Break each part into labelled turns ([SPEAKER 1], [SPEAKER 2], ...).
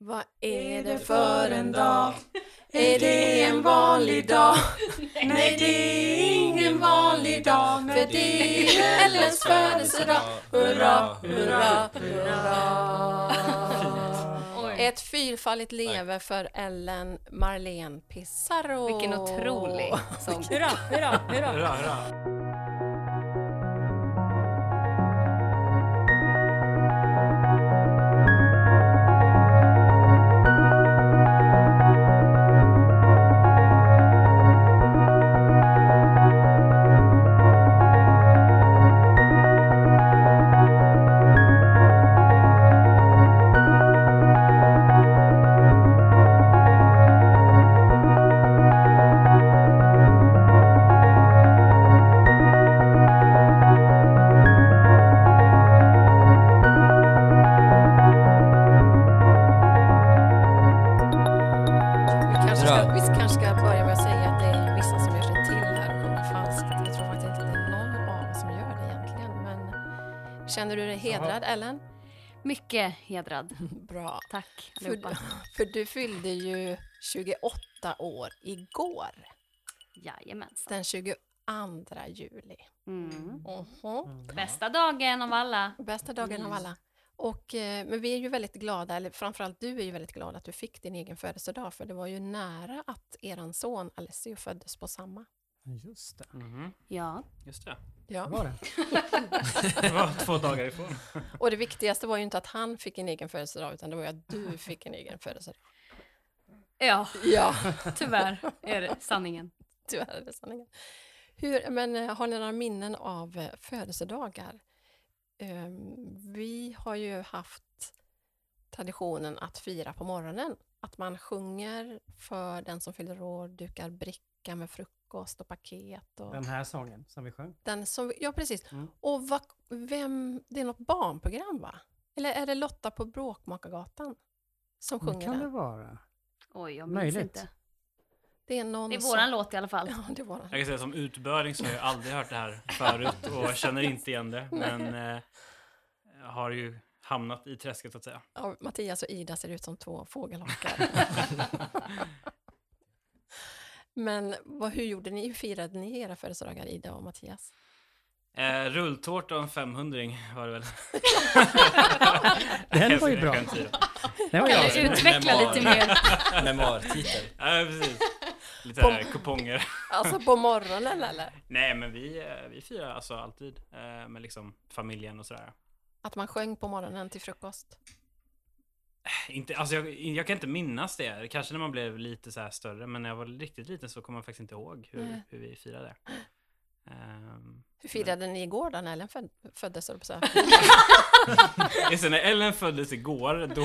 [SPEAKER 1] Vad är det för en dag? Är det en vanlig dag? Nej, det är ingen vanlig dag För det är Ellens födelsedag Hurra, hurra, hurra Ett fyrfaldigt leve för Ellen Marlene Pissarro
[SPEAKER 2] Vilken otrolig sång.
[SPEAKER 3] Hurra, hurra, hurra.
[SPEAKER 4] Hurra, hurra.
[SPEAKER 1] Vi kanske, ska,
[SPEAKER 4] Hurra.
[SPEAKER 1] vi kanske ska börja med att säga att det är ju vissa som gör sig till här och kommer falskt. Jag tror faktiskt inte det är någon av oss som gör det egentligen. Men känner du dig hedrad, Ellen?
[SPEAKER 2] Mycket hedrad.
[SPEAKER 1] Bra.
[SPEAKER 2] Tack
[SPEAKER 1] För,
[SPEAKER 2] allihopa.
[SPEAKER 1] för du fyllde ju 28 år igår,
[SPEAKER 2] Jajamensan.
[SPEAKER 1] den 22 juli.
[SPEAKER 2] Mm.
[SPEAKER 1] Mhm.
[SPEAKER 2] Bästa dagen av alla.
[SPEAKER 1] Bästa dagen av
[SPEAKER 2] Mm.
[SPEAKER 1] alla. Och, eh, men vi är ju väldigt glada, eller framförallt du är ju väldigt glad att du fick din egen födelsedag, för det var ju nära att eran son Alessio föddes på samma.
[SPEAKER 3] Just det.
[SPEAKER 4] Mhm,
[SPEAKER 2] Ja.
[SPEAKER 4] Just det.
[SPEAKER 3] Vad
[SPEAKER 1] Ja.
[SPEAKER 3] Var det?
[SPEAKER 4] Det var två dagar ifrån.
[SPEAKER 1] Och det viktigaste var ju inte att han fick en egen födelsedag, utan det var ju att du fick en egen födelsedag.
[SPEAKER 2] Ja,
[SPEAKER 1] Ja,
[SPEAKER 2] tyvärr är det sanningen.
[SPEAKER 1] tyvärr är det sanningen. Hur, men eh, har ni några minnen av eh, födelsedagar? Ehm, vi har ju haft traditionen att fira på morgonen. Att man sjunger för den som fyller år, dukar bricka med frukost och paket. Och
[SPEAKER 3] Den här sången som vi sjöng.
[SPEAKER 1] den som, ja, precis.
[SPEAKER 3] Mm.
[SPEAKER 1] Och vad, vem, det är något barnprogram va? Eller är det Lotta på Bråkmakargatan som
[SPEAKER 3] Det
[SPEAKER 1] sjunger
[SPEAKER 3] kan
[SPEAKER 1] den?
[SPEAKER 3] det
[SPEAKER 1] Det,
[SPEAKER 3] vara.
[SPEAKER 2] Oj, jag minns
[SPEAKER 3] Möjligt.
[SPEAKER 2] inte.
[SPEAKER 1] är någon
[SPEAKER 2] Det är
[SPEAKER 1] som-
[SPEAKER 2] våran låt i alla fall.
[SPEAKER 1] Ja, det är våran.
[SPEAKER 4] Jag kan säga som utböring så har jag aldrig hört det här förut och jag känner inte igen det. Men eh, har ju hamnat i träsket så att säga.
[SPEAKER 1] Ja, Mattias och Ida ser ut som två fågelholkar. Men vad, hur gjorde ni? Hur firade ni era födelsedagar, Ida och Mattias?
[SPEAKER 4] Eh, rulltårta och en 500 var det väl?
[SPEAKER 3] Den var ju bra.
[SPEAKER 4] Jag skämtar.
[SPEAKER 3] Den var
[SPEAKER 2] Kan
[SPEAKER 3] jag.
[SPEAKER 2] du utveckla
[SPEAKER 5] Memoarer.
[SPEAKER 2] lite mer?
[SPEAKER 5] Memoartitel.
[SPEAKER 4] Ja, precis. Lite
[SPEAKER 1] På-
[SPEAKER 4] här kuponger.
[SPEAKER 1] Alltså på morgonen eller?
[SPEAKER 4] Nej, men vi, eh, vi firar alltså alltid eh, med liksom familjen och sådär.
[SPEAKER 1] Att man sjöng på morgonen till frukost?
[SPEAKER 4] Inte, alltså jag, jag kan inte minnas det. Kanske när man blev lite så här större, men när jag var riktigt liten så kommer jag faktiskt inte ihåg hur,
[SPEAKER 1] Nej.
[SPEAKER 4] hur vi firade. Ehm,
[SPEAKER 1] Hur firade ni igår då när Ellen föd- föddes? höll jag på att säga?
[SPEAKER 4] Just det, när Ellen föddes igår, då,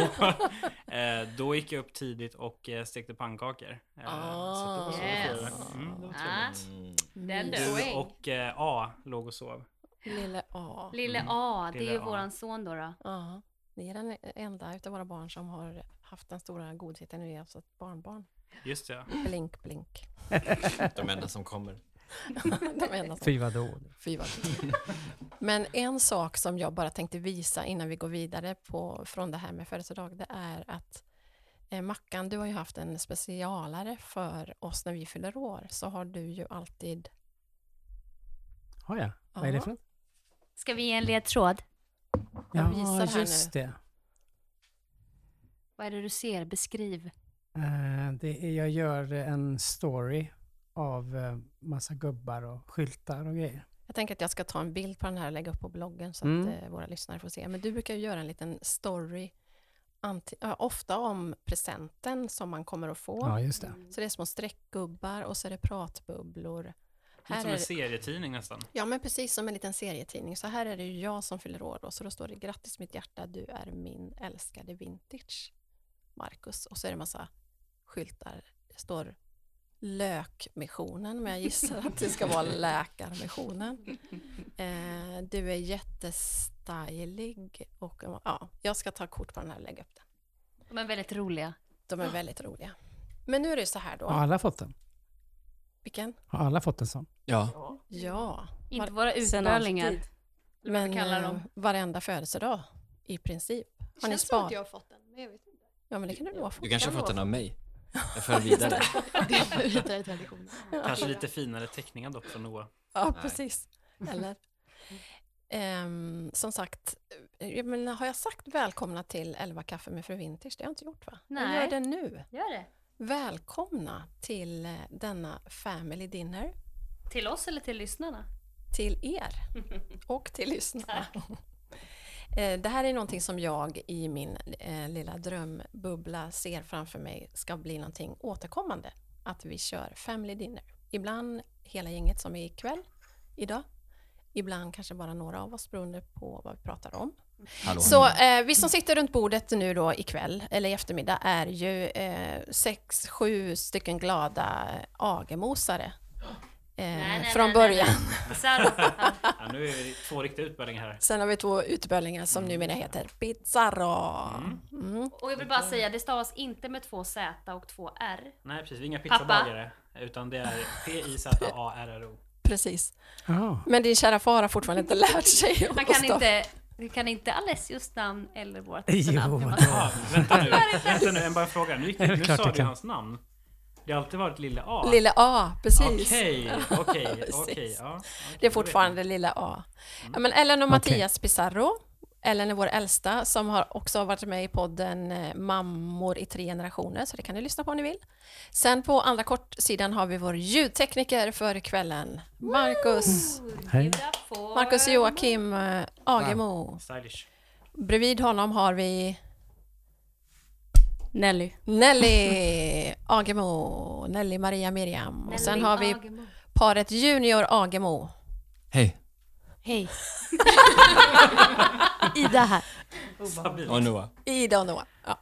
[SPEAKER 4] eh, då gick jag upp tidigt och eh, stekte pannkakor. Eh, så det var så vi
[SPEAKER 2] Ah.
[SPEAKER 4] firade.
[SPEAKER 2] Yes.
[SPEAKER 4] Mm, det var
[SPEAKER 2] Ah.
[SPEAKER 4] trevligt.
[SPEAKER 5] Mm,
[SPEAKER 2] Den
[SPEAKER 1] Mys.
[SPEAKER 4] Du
[SPEAKER 2] poäng.
[SPEAKER 4] och eh, A låg och sov.
[SPEAKER 1] Lille A.
[SPEAKER 2] Lille
[SPEAKER 4] Mm.
[SPEAKER 2] A, det är
[SPEAKER 4] Lille
[SPEAKER 2] ju
[SPEAKER 4] A.
[SPEAKER 2] våran son då. då.
[SPEAKER 1] Ja, ni är den enda utav våra barn som har haft den stora godheten nu, alltså ett barnbarn.
[SPEAKER 4] Just det.
[SPEAKER 1] Blink, blink.
[SPEAKER 5] De enda som kommer.
[SPEAKER 1] De enda som
[SPEAKER 3] Fy vad dåligt.
[SPEAKER 1] Fy vad kul. Men en sak som jag bara tänkte visa innan vi går vidare på, från det här med födelsedag, det är att eh, Mackan, du har ju haft en specialare för oss när vi fyller år, så har du ju alltid...
[SPEAKER 3] Har jag? Vad är det
[SPEAKER 1] Ja.
[SPEAKER 3] för något?
[SPEAKER 2] Ska vi ge en ledtråd?
[SPEAKER 1] Jag visar här
[SPEAKER 3] Ja,
[SPEAKER 1] nu.
[SPEAKER 3] just det.
[SPEAKER 2] Vad är det du ser? Beskriv.
[SPEAKER 3] Eh, det är, jag gör en story av eh, massa gubbar och skyltar och grejer.
[SPEAKER 1] Jag tänker att jag ska ta en bild på den här och lägga upp på bloggen så
[SPEAKER 3] Mm.
[SPEAKER 1] att eh, våra lyssnare får se. Men du brukar ju göra en liten story, anti- ja, ofta om presenten som man kommer att få.
[SPEAKER 3] Ja, just det.
[SPEAKER 1] Så det är små streckgubbar och så är det pratbubblor.
[SPEAKER 4] Lite som
[SPEAKER 1] är
[SPEAKER 4] en
[SPEAKER 1] det-
[SPEAKER 4] serietidning nästan.
[SPEAKER 1] Ja, men precis som en liten serietidning. Så här är det ju jag som fyller år då. Så då står det grattis mitt hjärta, du är min älskade vintage, Marcus. Och så är det massa skyltar. Det står Lökmissionen, men jag gissar att det ska vara Läkarmissionen. Eh, du är jättestylig och ja, jag ska ta kort på den här och lägga upp den.
[SPEAKER 2] De är väldigt roliga.
[SPEAKER 1] De är väldigt roliga. Men nu är det så här
[SPEAKER 3] Har
[SPEAKER 1] då.
[SPEAKER 3] alla fått den?
[SPEAKER 1] Vilken?
[SPEAKER 3] Har alla fått en sån?
[SPEAKER 5] Ja.
[SPEAKER 1] Ja.
[SPEAKER 2] Inte våra
[SPEAKER 1] Sen
[SPEAKER 2] utbörlingar.
[SPEAKER 1] alltid.
[SPEAKER 2] Eller vad vi
[SPEAKER 1] Men
[SPEAKER 2] kallar dem.
[SPEAKER 1] eh, varenda födelsedag i princip. Har ni
[SPEAKER 6] Känns som
[SPEAKER 1] sparat?
[SPEAKER 6] att jag har fått den, men jag vet inte.
[SPEAKER 1] Ja, men det kan det vara.
[SPEAKER 5] Du kanske har
[SPEAKER 1] kan
[SPEAKER 5] fått den
[SPEAKER 1] vara.
[SPEAKER 5] av mig. Jag för den vidare.
[SPEAKER 6] Det hittar i traditionen.
[SPEAKER 4] Kanske lite finare teckningar dock från Noah.
[SPEAKER 1] Ja,
[SPEAKER 5] Nej.
[SPEAKER 1] precis. Eller? Ehm, som sagt, jag menar, har jag sagt välkomna till 11 kaffe med fru Winters? Det har jag inte gjort va? Jag
[SPEAKER 2] Nej.
[SPEAKER 1] gör det nu.
[SPEAKER 2] Gör det.
[SPEAKER 1] Välkomna till eh, denna family dinner.
[SPEAKER 2] Till oss eller till lyssnarna?
[SPEAKER 1] Till er och till lyssnarna. Eh, Det här är någonting som jag i min eh, lilla drömbubbla ser framför mig ska bli någonting återkommande. Att vi kör family dinner. Ibland hela gänget som är ikväll, idag. Ibland kanske bara några av oss beroende på vad vi pratar om.
[SPEAKER 5] Hallå.
[SPEAKER 1] Så eh, vi som sitter runt bordet nu då ikväll, eller i eftermiddag, är ju eh, sex, sju stycken glada agemosare. Eh,
[SPEAKER 2] nej, nej,
[SPEAKER 1] från
[SPEAKER 2] nej,
[SPEAKER 1] början.
[SPEAKER 2] Bizarro.
[SPEAKER 4] Ja, nu är vi två riktiga utbildningar här.
[SPEAKER 1] Sen har vi två utböllingar som
[SPEAKER 2] Mm.
[SPEAKER 1] numera heter Pizzarra. Mm.
[SPEAKER 2] Och jag vill bara säga, det stavas inte med två Z och två R.
[SPEAKER 4] Nej precis, vi är inga pizzabagare. Utan det är P-I-Z-A-R-R-O.
[SPEAKER 1] Precis.
[SPEAKER 3] Ja,
[SPEAKER 1] Men din kära far har fortfarande inte lärt sig
[SPEAKER 2] Han
[SPEAKER 1] att
[SPEAKER 2] kan
[SPEAKER 1] stava.
[SPEAKER 2] inte, vi kan inte Alessios namn eller vårt
[SPEAKER 3] Jo.
[SPEAKER 2] efternamn. hur man-
[SPEAKER 4] Ja, vänta nu, vänta nu, en bara fråga. Nu, gick,
[SPEAKER 3] Det är
[SPEAKER 4] nu
[SPEAKER 3] klart
[SPEAKER 4] sa
[SPEAKER 3] jag
[SPEAKER 4] du
[SPEAKER 3] kan.
[SPEAKER 4] hans namn. Det har alltid varit lilla A.
[SPEAKER 1] Lilla A, precis.
[SPEAKER 4] Okej, okej,
[SPEAKER 1] Precis.
[SPEAKER 4] okej. ja, okej,
[SPEAKER 1] Det är
[SPEAKER 4] då vet
[SPEAKER 1] fortfarande lilla A.
[SPEAKER 2] Mm.
[SPEAKER 1] Ja, men Ellen och
[SPEAKER 3] Okej.
[SPEAKER 1] Mattias Pizarro. Ellen är vår äldsta som har också varit med i podden eh, Mammor i tre generationer, så det kan ni lyssna på om ni vill. Sen på andra kortsidan har vi vår ljudtekniker för kvällen, Marcus,
[SPEAKER 3] hej.
[SPEAKER 2] Bjuda på-
[SPEAKER 1] Marcus Joakim eh, Agemo.
[SPEAKER 4] jag. Stylish.
[SPEAKER 1] Bredvid honom har vi
[SPEAKER 6] Nelly.
[SPEAKER 1] Nelly Agemo, Nelly Maria Miriam. Och sen
[SPEAKER 2] Nelly
[SPEAKER 1] har vi
[SPEAKER 2] Agemo.
[SPEAKER 1] paret Junior Agemo.
[SPEAKER 5] Hej.
[SPEAKER 6] Hej. Ida här.
[SPEAKER 4] Stabil.
[SPEAKER 5] Och Noah.
[SPEAKER 1] Ida och Noah. Ja.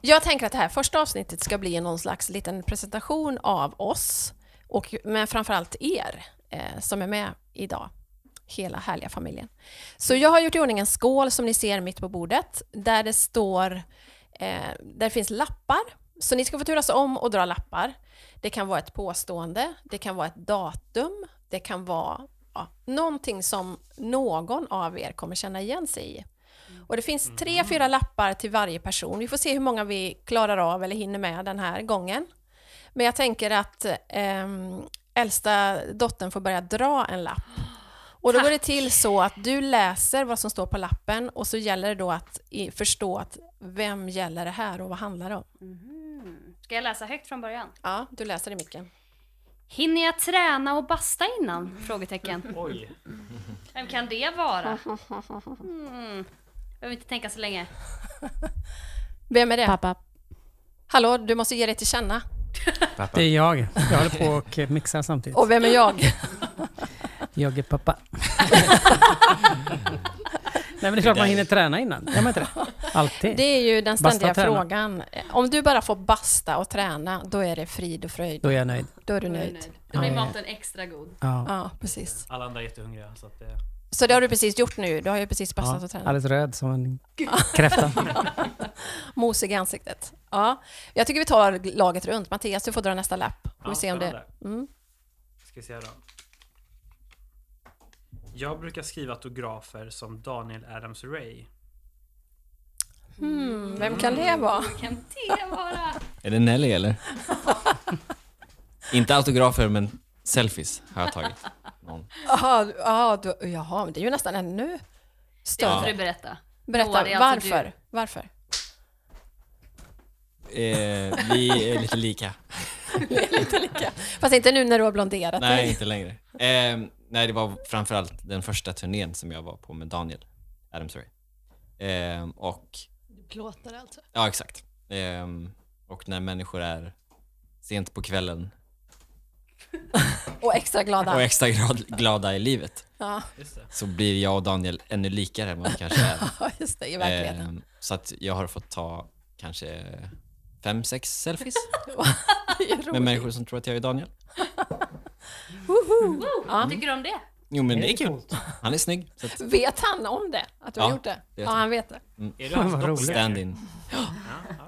[SPEAKER 1] Jag tänker att det här första avsnittet ska bli någon slags liten presentation av oss, och, men framförallt er eh, som är med idag. Hela härliga familjen. Så jag har gjort i ordning en skål som ni ser mitt på bordet, där det står, eh, där det finns lappar. Så ni ska få turas om och dra lappar. Det kan vara ett påstående, det kan vara ett datum, det kan vara ja, någonting som någon av er kommer känna igen sig i. Och det finns tre, fyra lappar till varje person. Vi får se hur många vi klarar av eller hinner med den här gången. Men jag tänker att ehm, äldsta dottern får börja dra en lapp. Och då går det till så att du läser vad som står på lappen och så gäller det då att i, förstå att vem gäller det här och vad handlar det om?
[SPEAKER 2] Mhm. Ska jag läsa högt från början?
[SPEAKER 1] Ja, du läser det Micke.
[SPEAKER 2] Hinner jag träna och basta innan?
[SPEAKER 1] Mm.
[SPEAKER 2] Frågetecken.
[SPEAKER 4] Oj.
[SPEAKER 2] Vem kan det vara? Mm. Behöver inte tänka så länge.
[SPEAKER 1] Vem är det?
[SPEAKER 6] Pappa.
[SPEAKER 1] Hallå, du måste ge dig till känna.
[SPEAKER 5] Pappa.
[SPEAKER 3] Det är jag. Jag håller på och eh, mixar samtidigt.
[SPEAKER 1] Och vem är jag?
[SPEAKER 3] Jag är pappa. Nej men det är klart man hinner träna innan. Gör man inte det? Alltid.
[SPEAKER 1] Det är ju den
[SPEAKER 3] Basta
[SPEAKER 1] ständiga
[SPEAKER 3] träna.
[SPEAKER 1] frågan. Om du bara får basta och träna, då är det frid och fröjd.
[SPEAKER 3] Då är jag nöjd.
[SPEAKER 1] Då är du
[SPEAKER 2] Då är jag
[SPEAKER 1] nöjd.
[SPEAKER 2] nöjd. Då blir
[SPEAKER 3] Ja, ja.
[SPEAKER 2] maten extra god.
[SPEAKER 3] Ja.
[SPEAKER 1] Ja, precis.
[SPEAKER 4] Alla andra är jättehungriga. Så att, eh,
[SPEAKER 1] Så det har du precis gjort nu. Du har ju precis bastat
[SPEAKER 3] Ja,
[SPEAKER 1] och tränat.
[SPEAKER 3] alldeles röd som en kräfta.
[SPEAKER 1] Mosig i ansiktet. Ja. Jag tycker vi tar laget runt. Mattias, du får dra nästa lapp. Får
[SPEAKER 4] ja,
[SPEAKER 1] vi se om det...
[SPEAKER 4] spännande.
[SPEAKER 1] Mm.
[SPEAKER 4] Ska vi se här då. Jag brukar skriva autografer som Daniel Adams Ray.
[SPEAKER 2] Mm.
[SPEAKER 1] Hmm, vem kan det vara?
[SPEAKER 2] Vad kan det vara?
[SPEAKER 5] Är det Nelly eller? Inte autografer men selfies har jag tagit. Någon.
[SPEAKER 1] Aha, aha, du, jaha, men det är ju nästan ännu
[SPEAKER 2] Det måste
[SPEAKER 1] större.
[SPEAKER 2] du berätta.
[SPEAKER 1] Berätta,
[SPEAKER 2] Då är det alltså
[SPEAKER 1] varför? Varför?
[SPEAKER 5] Eh, vi är lite lika.
[SPEAKER 1] Fast inte nu när du har blonderat
[SPEAKER 5] Nej,
[SPEAKER 1] dig.
[SPEAKER 5] inte längre. Eh, nej, det var framförallt den första turnén som jag var på med Daniel Adams Ray. Eh, och
[SPEAKER 6] Du plåtar alltså.
[SPEAKER 5] Ja, exakt. Ehm, och när människor är sent på kvällen
[SPEAKER 1] Och extra
[SPEAKER 5] och
[SPEAKER 1] glada.
[SPEAKER 5] extra grad, glada i livet
[SPEAKER 1] Ja,
[SPEAKER 4] Just det.
[SPEAKER 5] så blir jag och Daniel ännu likare än vad vi kanske är.
[SPEAKER 1] just det, i verkligheten.
[SPEAKER 5] Ehm, så att jag har fått ta kanske fem, sex selfies
[SPEAKER 1] Det är roligt.
[SPEAKER 5] med människor som tror att jag är Daniel.
[SPEAKER 2] Wow, vad tycker du om det?
[SPEAKER 5] Jo, men det är kul. Han är snygg. Så att,
[SPEAKER 1] Vet han om det? Att du har
[SPEAKER 5] Ja,
[SPEAKER 1] gjort det? Ja,
[SPEAKER 5] det vet han.
[SPEAKER 1] han vet det.
[SPEAKER 4] Är du hans
[SPEAKER 3] Vad roligt.
[SPEAKER 4] doppelganger?
[SPEAKER 5] stand-in.
[SPEAKER 4] Ja,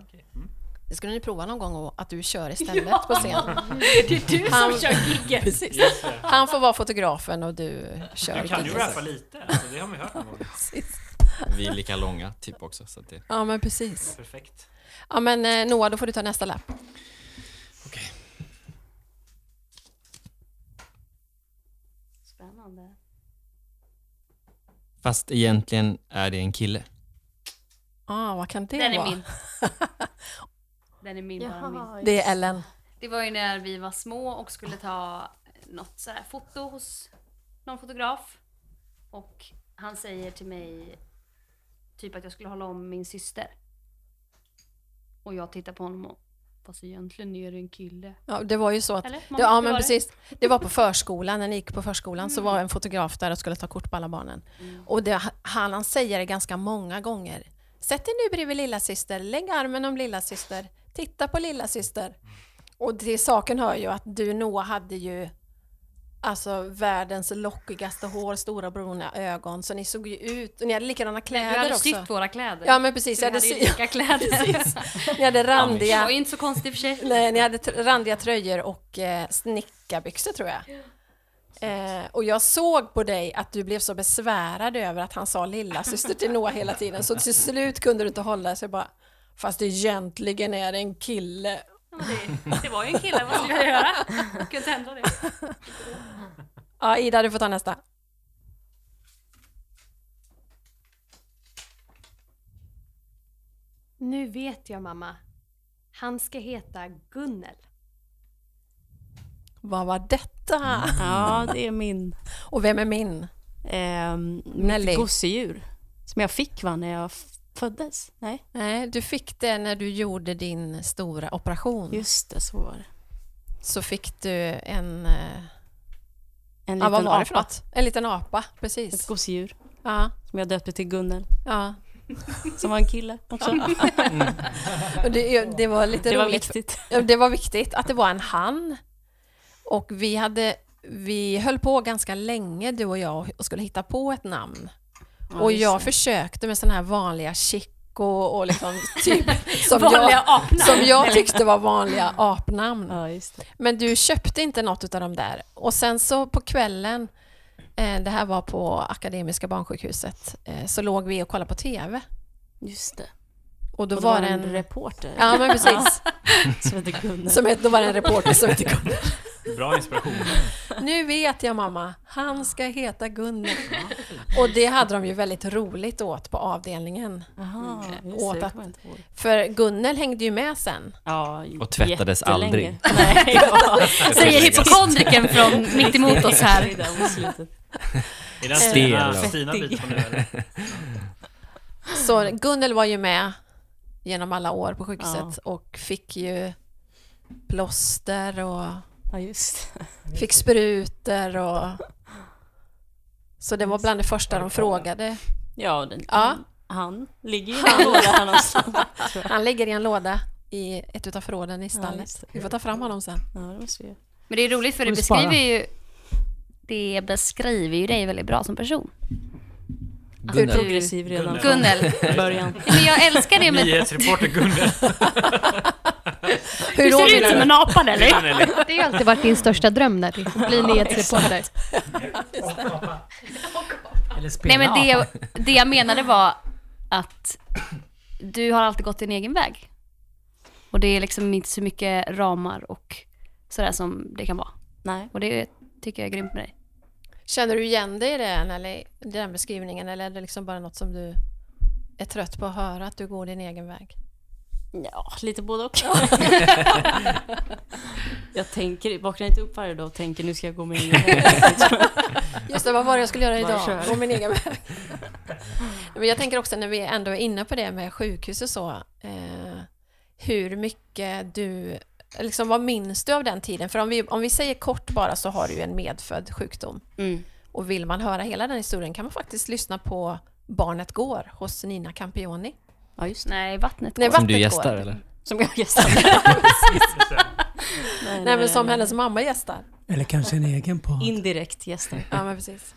[SPEAKER 4] okej. Mm.
[SPEAKER 1] Det skulle ni prova någon gång och att du kör istället på scen.
[SPEAKER 2] Det är du
[SPEAKER 1] Mm. Han-
[SPEAKER 2] som kör gigget.
[SPEAKER 4] Just det.
[SPEAKER 1] Han får vara fotografen och du kör.
[SPEAKER 4] Du kan ju
[SPEAKER 1] gitarristen.
[SPEAKER 4] rappa lite. Alltså, det har man ju hört någon gång.
[SPEAKER 1] Precis.
[SPEAKER 5] Vi är lika långa typ också. Så att det...
[SPEAKER 1] Ja, men precis.
[SPEAKER 4] Perfekt.
[SPEAKER 1] Ja, men eh, Noah, då får du ta nästa lapp.
[SPEAKER 5] Okej.
[SPEAKER 2] Spännande.
[SPEAKER 5] Fast egentligen är det en kille.
[SPEAKER 1] Ah, vad kan det
[SPEAKER 2] Den är
[SPEAKER 1] vara?
[SPEAKER 2] min. Den är min, bara min.
[SPEAKER 1] Det är Ellen.
[SPEAKER 2] Det var ju när vi var små och skulle ta något så här foto hos någon fotograf. Och han säger till mig typ att jag skulle hålla om min syster. Och jag tittar på honom och fast egentligen är det en kille.
[SPEAKER 1] Ja, det var ju så att...
[SPEAKER 2] Eller?
[SPEAKER 1] Det, ja, men
[SPEAKER 2] hur var det? Mm.
[SPEAKER 1] precis. Det var på förskolan, när ni gick på förskolan, så var en fotograf där och skulle ta kort på alla barnen. Och det, han, han säger det ganska många gånger. Sätt dig nu bredvid lilla syster, lägg armen om lilla syster, titta på lilla syster. Och till saken hör ju att du Noah hade ju alltså världens lockigaste hår, stora bruna ögon, så ni såg ju ut, och ni hade likadana
[SPEAKER 2] Du
[SPEAKER 1] kläder
[SPEAKER 2] hade
[SPEAKER 1] också.
[SPEAKER 2] sytt våra kläder.
[SPEAKER 1] Ja men precis,
[SPEAKER 2] så
[SPEAKER 1] jag
[SPEAKER 2] vi
[SPEAKER 1] hade
[SPEAKER 2] hade ju
[SPEAKER 1] sy-
[SPEAKER 2] lika kläder.
[SPEAKER 1] precis. ni hade randiga...
[SPEAKER 2] det var ju inte så konstigt i och för sig.
[SPEAKER 1] Nej, ni hade tr- randiga tröjor och eh, snickarbyxor tror jag. Eh, och jag såg på dig att du blev så besvärad över att han sa lilla syster till Noah hela tiden, så till slut kunde du inte hålla sig bara Fast egentligen är det en kille.
[SPEAKER 2] Ja, men Det, det var ju en kille, vad skulle jag göra? Jag kunde inte ändra det.
[SPEAKER 1] Ja, Ida, du får ta nästa.
[SPEAKER 7] Nu vet jag mamma. Han ska heta Gunnel.
[SPEAKER 1] Vad var detta?
[SPEAKER 8] Mm. Ja, det är min.
[SPEAKER 1] Och vem är min?
[SPEAKER 8] Eh,
[SPEAKER 1] Nelly.
[SPEAKER 8] mitt gosedjur. Som jag fick va, när jag f- föddes? Nej,
[SPEAKER 1] Nej, du fick det när du gjorde din stora operation.
[SPEAKER 8] just det, så var det.
[SPEAKER 1] Så fick du en... eh,
[SPEAKER 8] En
[SPEAKER 1] Ja,
[SPEAKER 8] liten
[SPEAKER 1] vad var det
[SPEAKER 8] apa.
[SPEAKER 1] för något? En liten apa,
[SPEAKER 8] Ett
[SPEAKER 1] precis.
[SPEAKER 8] gosedjur
[SPEAKER 1] Ja,
[SPEAKER 8] som jag döpte till Gunnel.
[SPEAKER 1] ja.
[SPEAKER 8] Som var en kille också.
[SPEAKER 1] Och det, det var lite
[SPEAKER 8] Det var
[SPEAKER 1] roligt.
[SPEAKER 8] viktigt.
[SPEAKER 1] Ja, Det var viktigt att det var en han. Och vi, hade, vi höll på ganska länge, du och jag, och skulle hitta på ett namn.
[SPEAKER 8] Ja,
[SPEAKER 1] och
[SPEAKER 8] just
[SPEAKER 1] jag
[SPEAKER 8] det.
[SPEAKER 1] försökte med sådana här vanliga chic och, och liksom typ som,
[SPEAKER 2] Vanliga
[SPEAKER 1] jag,
[SPEAKER 2] apnamn.
[SPEAKER 1] som jag tyckte var vanliga apnamn.
[SPEAKER 8] Ja, just det.
[SPEAKER 1] Men du köpte inte något utav de där. Och sen så på kvällen, eh, det här var på Akademiska barnsjukhuset, eh, så låg vi och kollade på TV.
[SPEAKER 8] Just det.
[SPEAKER 1] Och då
[SPEAKER 8] Och det
[SPEAKER 1] var det en...
[SPEAKER 8] reporter
[SPEAKER 1] Ja, men precis.
[SPEAKER 8] som hette Gunnel.
[SPEAKER 1] Som hette- då var det en reporter som inte kom.
[SPEAKER 4] Bra inspiration.
[SPEAKER 1] Nu vet jag mamma, han ska heta Gunnel. Och det hade de ju väldigt roligt åt på avdelningen.
[SPEAKER 8] Aha, just det,
[SPEAKER 1] åt
[SPEAKER 8] det
[SPEAKER 1] att-
[SPEAKER 8] kommer jag inte ihåg.
[SPEAKER 1] För Gunnel hängde ju med sen.
[SPEAKER 8] Ja,
[SPEAKER 5] Och tvättades
[SPEAKER 8] jättelänge.
[SPEAKER 5] aldrig.
[SPEAKER 8] Nej, ja.
[SPEAKER 2] Säger hypokondriken från mitt emot oss här.
[SPEAKER 8] Det där mot slutet.
[SPEAKER 4] Är det
[SPEAKER 5] Stel.
[SPEAKER 4] Stina, Stina bit på nu eller?
[SPEAKER 1] Så
[SPEAKER 8] Mm.
[SPEAKER 1] Gunnel var ju med genom alla år på sjukhuset och fick ju plåster och
[SPEAKER 8] Ja, just det.
[SPEAKER 1] fick sprutor och... Så det var bland det första de frågade.
[SPEAKER 8] Ja, den,
[SPEAKER 1] Ja.
[SPEAKER 8] han ligger ju i den lådan här någonstans.
[SPEAKER 1] Han ligger i en låda i ett utav förråden i
[SPEAKER 8] just
[SPEAKER 1] stallet.
[SPEAKER 8] det.
[SPEAKER 1] Vi får ta fram honom sen.
[SPEAKER 8] Ja, det måste vi
[SPEAKER 2] Men det är roligt för det
[SPEAKER 3] Får vi spara?
[SPEAKER 2] beskriver ju det beskriver ju dig väldigt bra som person.
[SPEAKER 5] Gunnel.
[SPEAKER 2] Du-
[SPEAKER 8] Progressiv redan
[SPEAKER 4] Gunnel.
[SPEAKER 2] Gunnel.
[SPEAKER 8] från början.
[SPEAKER 2] Men jag älskar det med...
[SPEAKER 4] Nyhetsreporter Gunnel.
[SPEAKER 1] Hur
[SPEAKER 2] Du ser ut
[SPEAKER 1] låter
[SPEAKER 2] som en apa eller?
[SPEAKER 4] Gunnel.
[SPEAKER 7] Det har ju alltid varit din största dröm när
[SPEAKER 2] typ,
[SPEAKER 7] du blir nyhetsreporter.
[SPEAKER 3] Eller spela
[SPEAKER 2] Nej men det, det jag menade var att du har alltid gått din egen väg. Och det är liksom inte så mycket ramar och sådär som det kan vara.
[SPEAKER 8] Nej.
[SPEAKER 2] Och det tycker jag är grymt med dig.
[SPEAKER 1] Känner du igen dig i den, eller, den beskrivningen eller är det liksom bara något som du är trött på att höra, att du går din egen väg?
[SPEAKER 8] Ja, lite både och. jag tänker, vaknar inte upp varje dag och tänker nu ska jag gå min egen väg.
[SPEAKER 1] Just det, vad var det jag skulle göra
[SPEAKER 8] Bara
[SPEAKER 1] idag?
[SPEAKER 8] kör.
[SPEAKER 1] Gå min egen väg. Men jag tänker också när vi ändå är inne på det med sjukhus och så, eh, hur mycket du, liksom vad minns du av den tiden? För om vi, om vi säger kort bara så har du ju en medfödd sjukdom.
[SPEAKER 8] Mm.
[SPEAKER 1] Och vill man höra hela den historien kan man faktiskt lyssna på Barnet går hos Nina Campioni.
[SPEAKER 8] Ja, just det.
[SPEAKER 2] Nej, vattnet
[SPEAKER 1] Nej,
[SPEAKER 2] går.
[SPEAKER 5] Som
[SPEAKER 1] vattnet
[SPEAKER 5] du gästar
[SPEAKER 1] går.
[SPEAKER 5] eller?
[SPEAKER 8] Som jag gästade.
[SPEAKER 1] Nej men som hennes mamma gästar.
[SPEAKER 3] Eller kanske en egen podd.
[SPEAKER 8] Indirekt gästade.
[SPEAKER 1] Ja, men precis.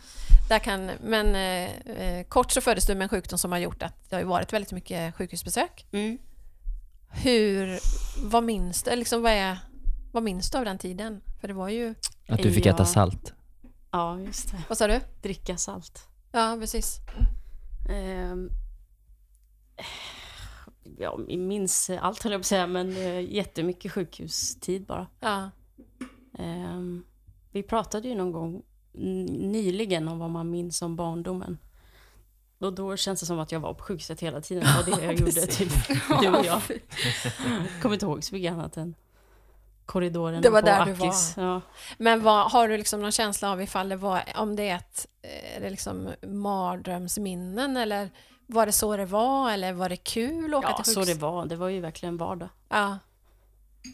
[SPEAKER 1] Där kan, men eh, eh, kort så föddes du med en sjukdom som har gjort att det har ju varit väldigt mycket sjukhusbesök.
[SPEAKER 8] Mm.
[SPEAKER 1] Hur, vad minns du, liksom vad, är, vad minns du av den tiden? För det var ju,
[SPEAKER 5] Att du fick
[SPEAKER 8] Ja.
[SPEAKER 5] äta salt.
[SPEAKER 8] Ja, just det.
[SPEAKER 1] vad sa du?
[SPEAKER 8] Dricka salt.
[SPEAKER 1] Ja, precis.
[SPEAKER 8] Ehm, jag minns allt höll jag på att säga, men eh, jättemycket sjukhustid bara.
[SPEAKER 1] Ja.
[SPEAKER 8] Ehm, vi pratade ju någon gång n- nyligen om vad man minns om barndomen. Och då känns det som att jag var på sjukhuset hela tiden. Det var det jag gjorde, typ, du och jag. Kommer inte ihåg så mycket annat än korridoren
[SPEAKER 1] Det var
[SPEAKER 8] på
[SPEAKER 1] där du
[SPEAKER 8] Akis. Ja.
[SPEAKER 1] Men vad, har du liksom någon känsla av ifall det var, om det är ett eh, är det liksom mardrömsminnen eller var det så det var eller var det kul att åka
[SPEAKER 8] ja,
[SPEAKER 1] till
[SPEAKER 8] så
[SPEAKER 1] sjukhus?
[SPEAKER 8] det var. Det var ju verkligen vardag.
[SPEAKER 1] Ja.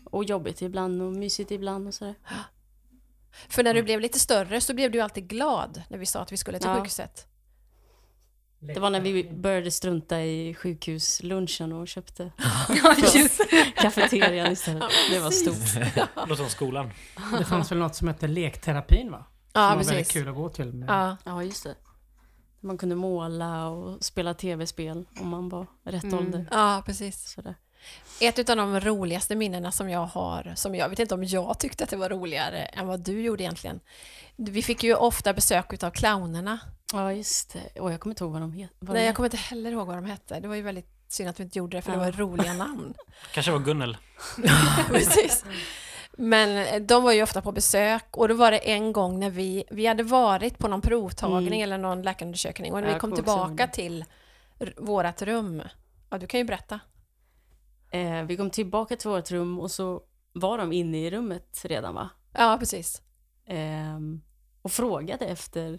[SPEAKER 8] Och jobbigt ibland och mysigt ibland och sådär.
[SPEAKER 1] För när du blev lite större så blev du ju alltid glad när vi sa att vi skulle till
[SPEAKER 8] Mm. Ja.
[SPEAKER 1] sjukhuset.
[SPEAKER 8] Det var när vi började strunta i sjukhuslunchen och köpte
[SPEAKER 2] Ja, just det.
[SPEAKER 8] kafeterian istället. Det var stort.
[SPEAKER 9] Låt som skolan.
[SPEAKER 3] Det fanns väl något som hette lekterapin va? Som
[SPEAKER 1] Ja,
[SPEAKER 3] var väldigt
[SPEAKER 1] precis.
[SPEAKER 3] kul att gå till. Med.
[SPEAKER 1] Ja.
[SPEAKER 8] Ja, just det. Man kunde måla och spela tv-spel om man var rätt
[SPEAKER 2] Mm.
[SPEAKER 8] ålder.
[SPEAKER 1] ja, precis.
[SPEAKER 8] Sådär.
[SPEAKER 1] Ett av de roligaste minnena som jag har, som jag vet inte om jag tyckte att det var roligare än vad du gjorde egentligen. Vi fick ju ofta besök av clownerna.
[SPEAKER 8] Ja, just det. Och jag kommer inte ihåg vad de heter.
[SPEAKER 1] Nej, jag kommer inte heller ihåg vad de hette. Det var ju väldigt synd att vi inte gjorde det, för det
[SPEAKER 8] Ja.
[SPEAKER 1] var roliga namn.
[SPEAKER 9] Kanske var Gunnel.
[SPEAKER 1] Precis. Men eh, de var ju ofta på besök och då var det en gång när vi, vi hade varit på någon provtagning
[SPEAKER 8] Mm.
[SPEAKER 1] eller någon läkarundersökning och när
[SPEAKER 8] Ja,
[SPEAKER 1] vi
[SPEAKER 8] jag
[SPEAKER 1] kom
[SPEAKER 8] kommer också ihåg
[SPEAKER 1] tillbaka
[SPEAKER 8] det.
[SPEAKER 1] till r- vårat rum. Ja, du kan ju berätta.
[SPEAKER 8] eh, vi kom tillbaka till vårt rum och så var de inne i rummet redan va?
[SPEAKER 1] Ja, precis.
[SPEAKER 8] Ehm, och frågade efter...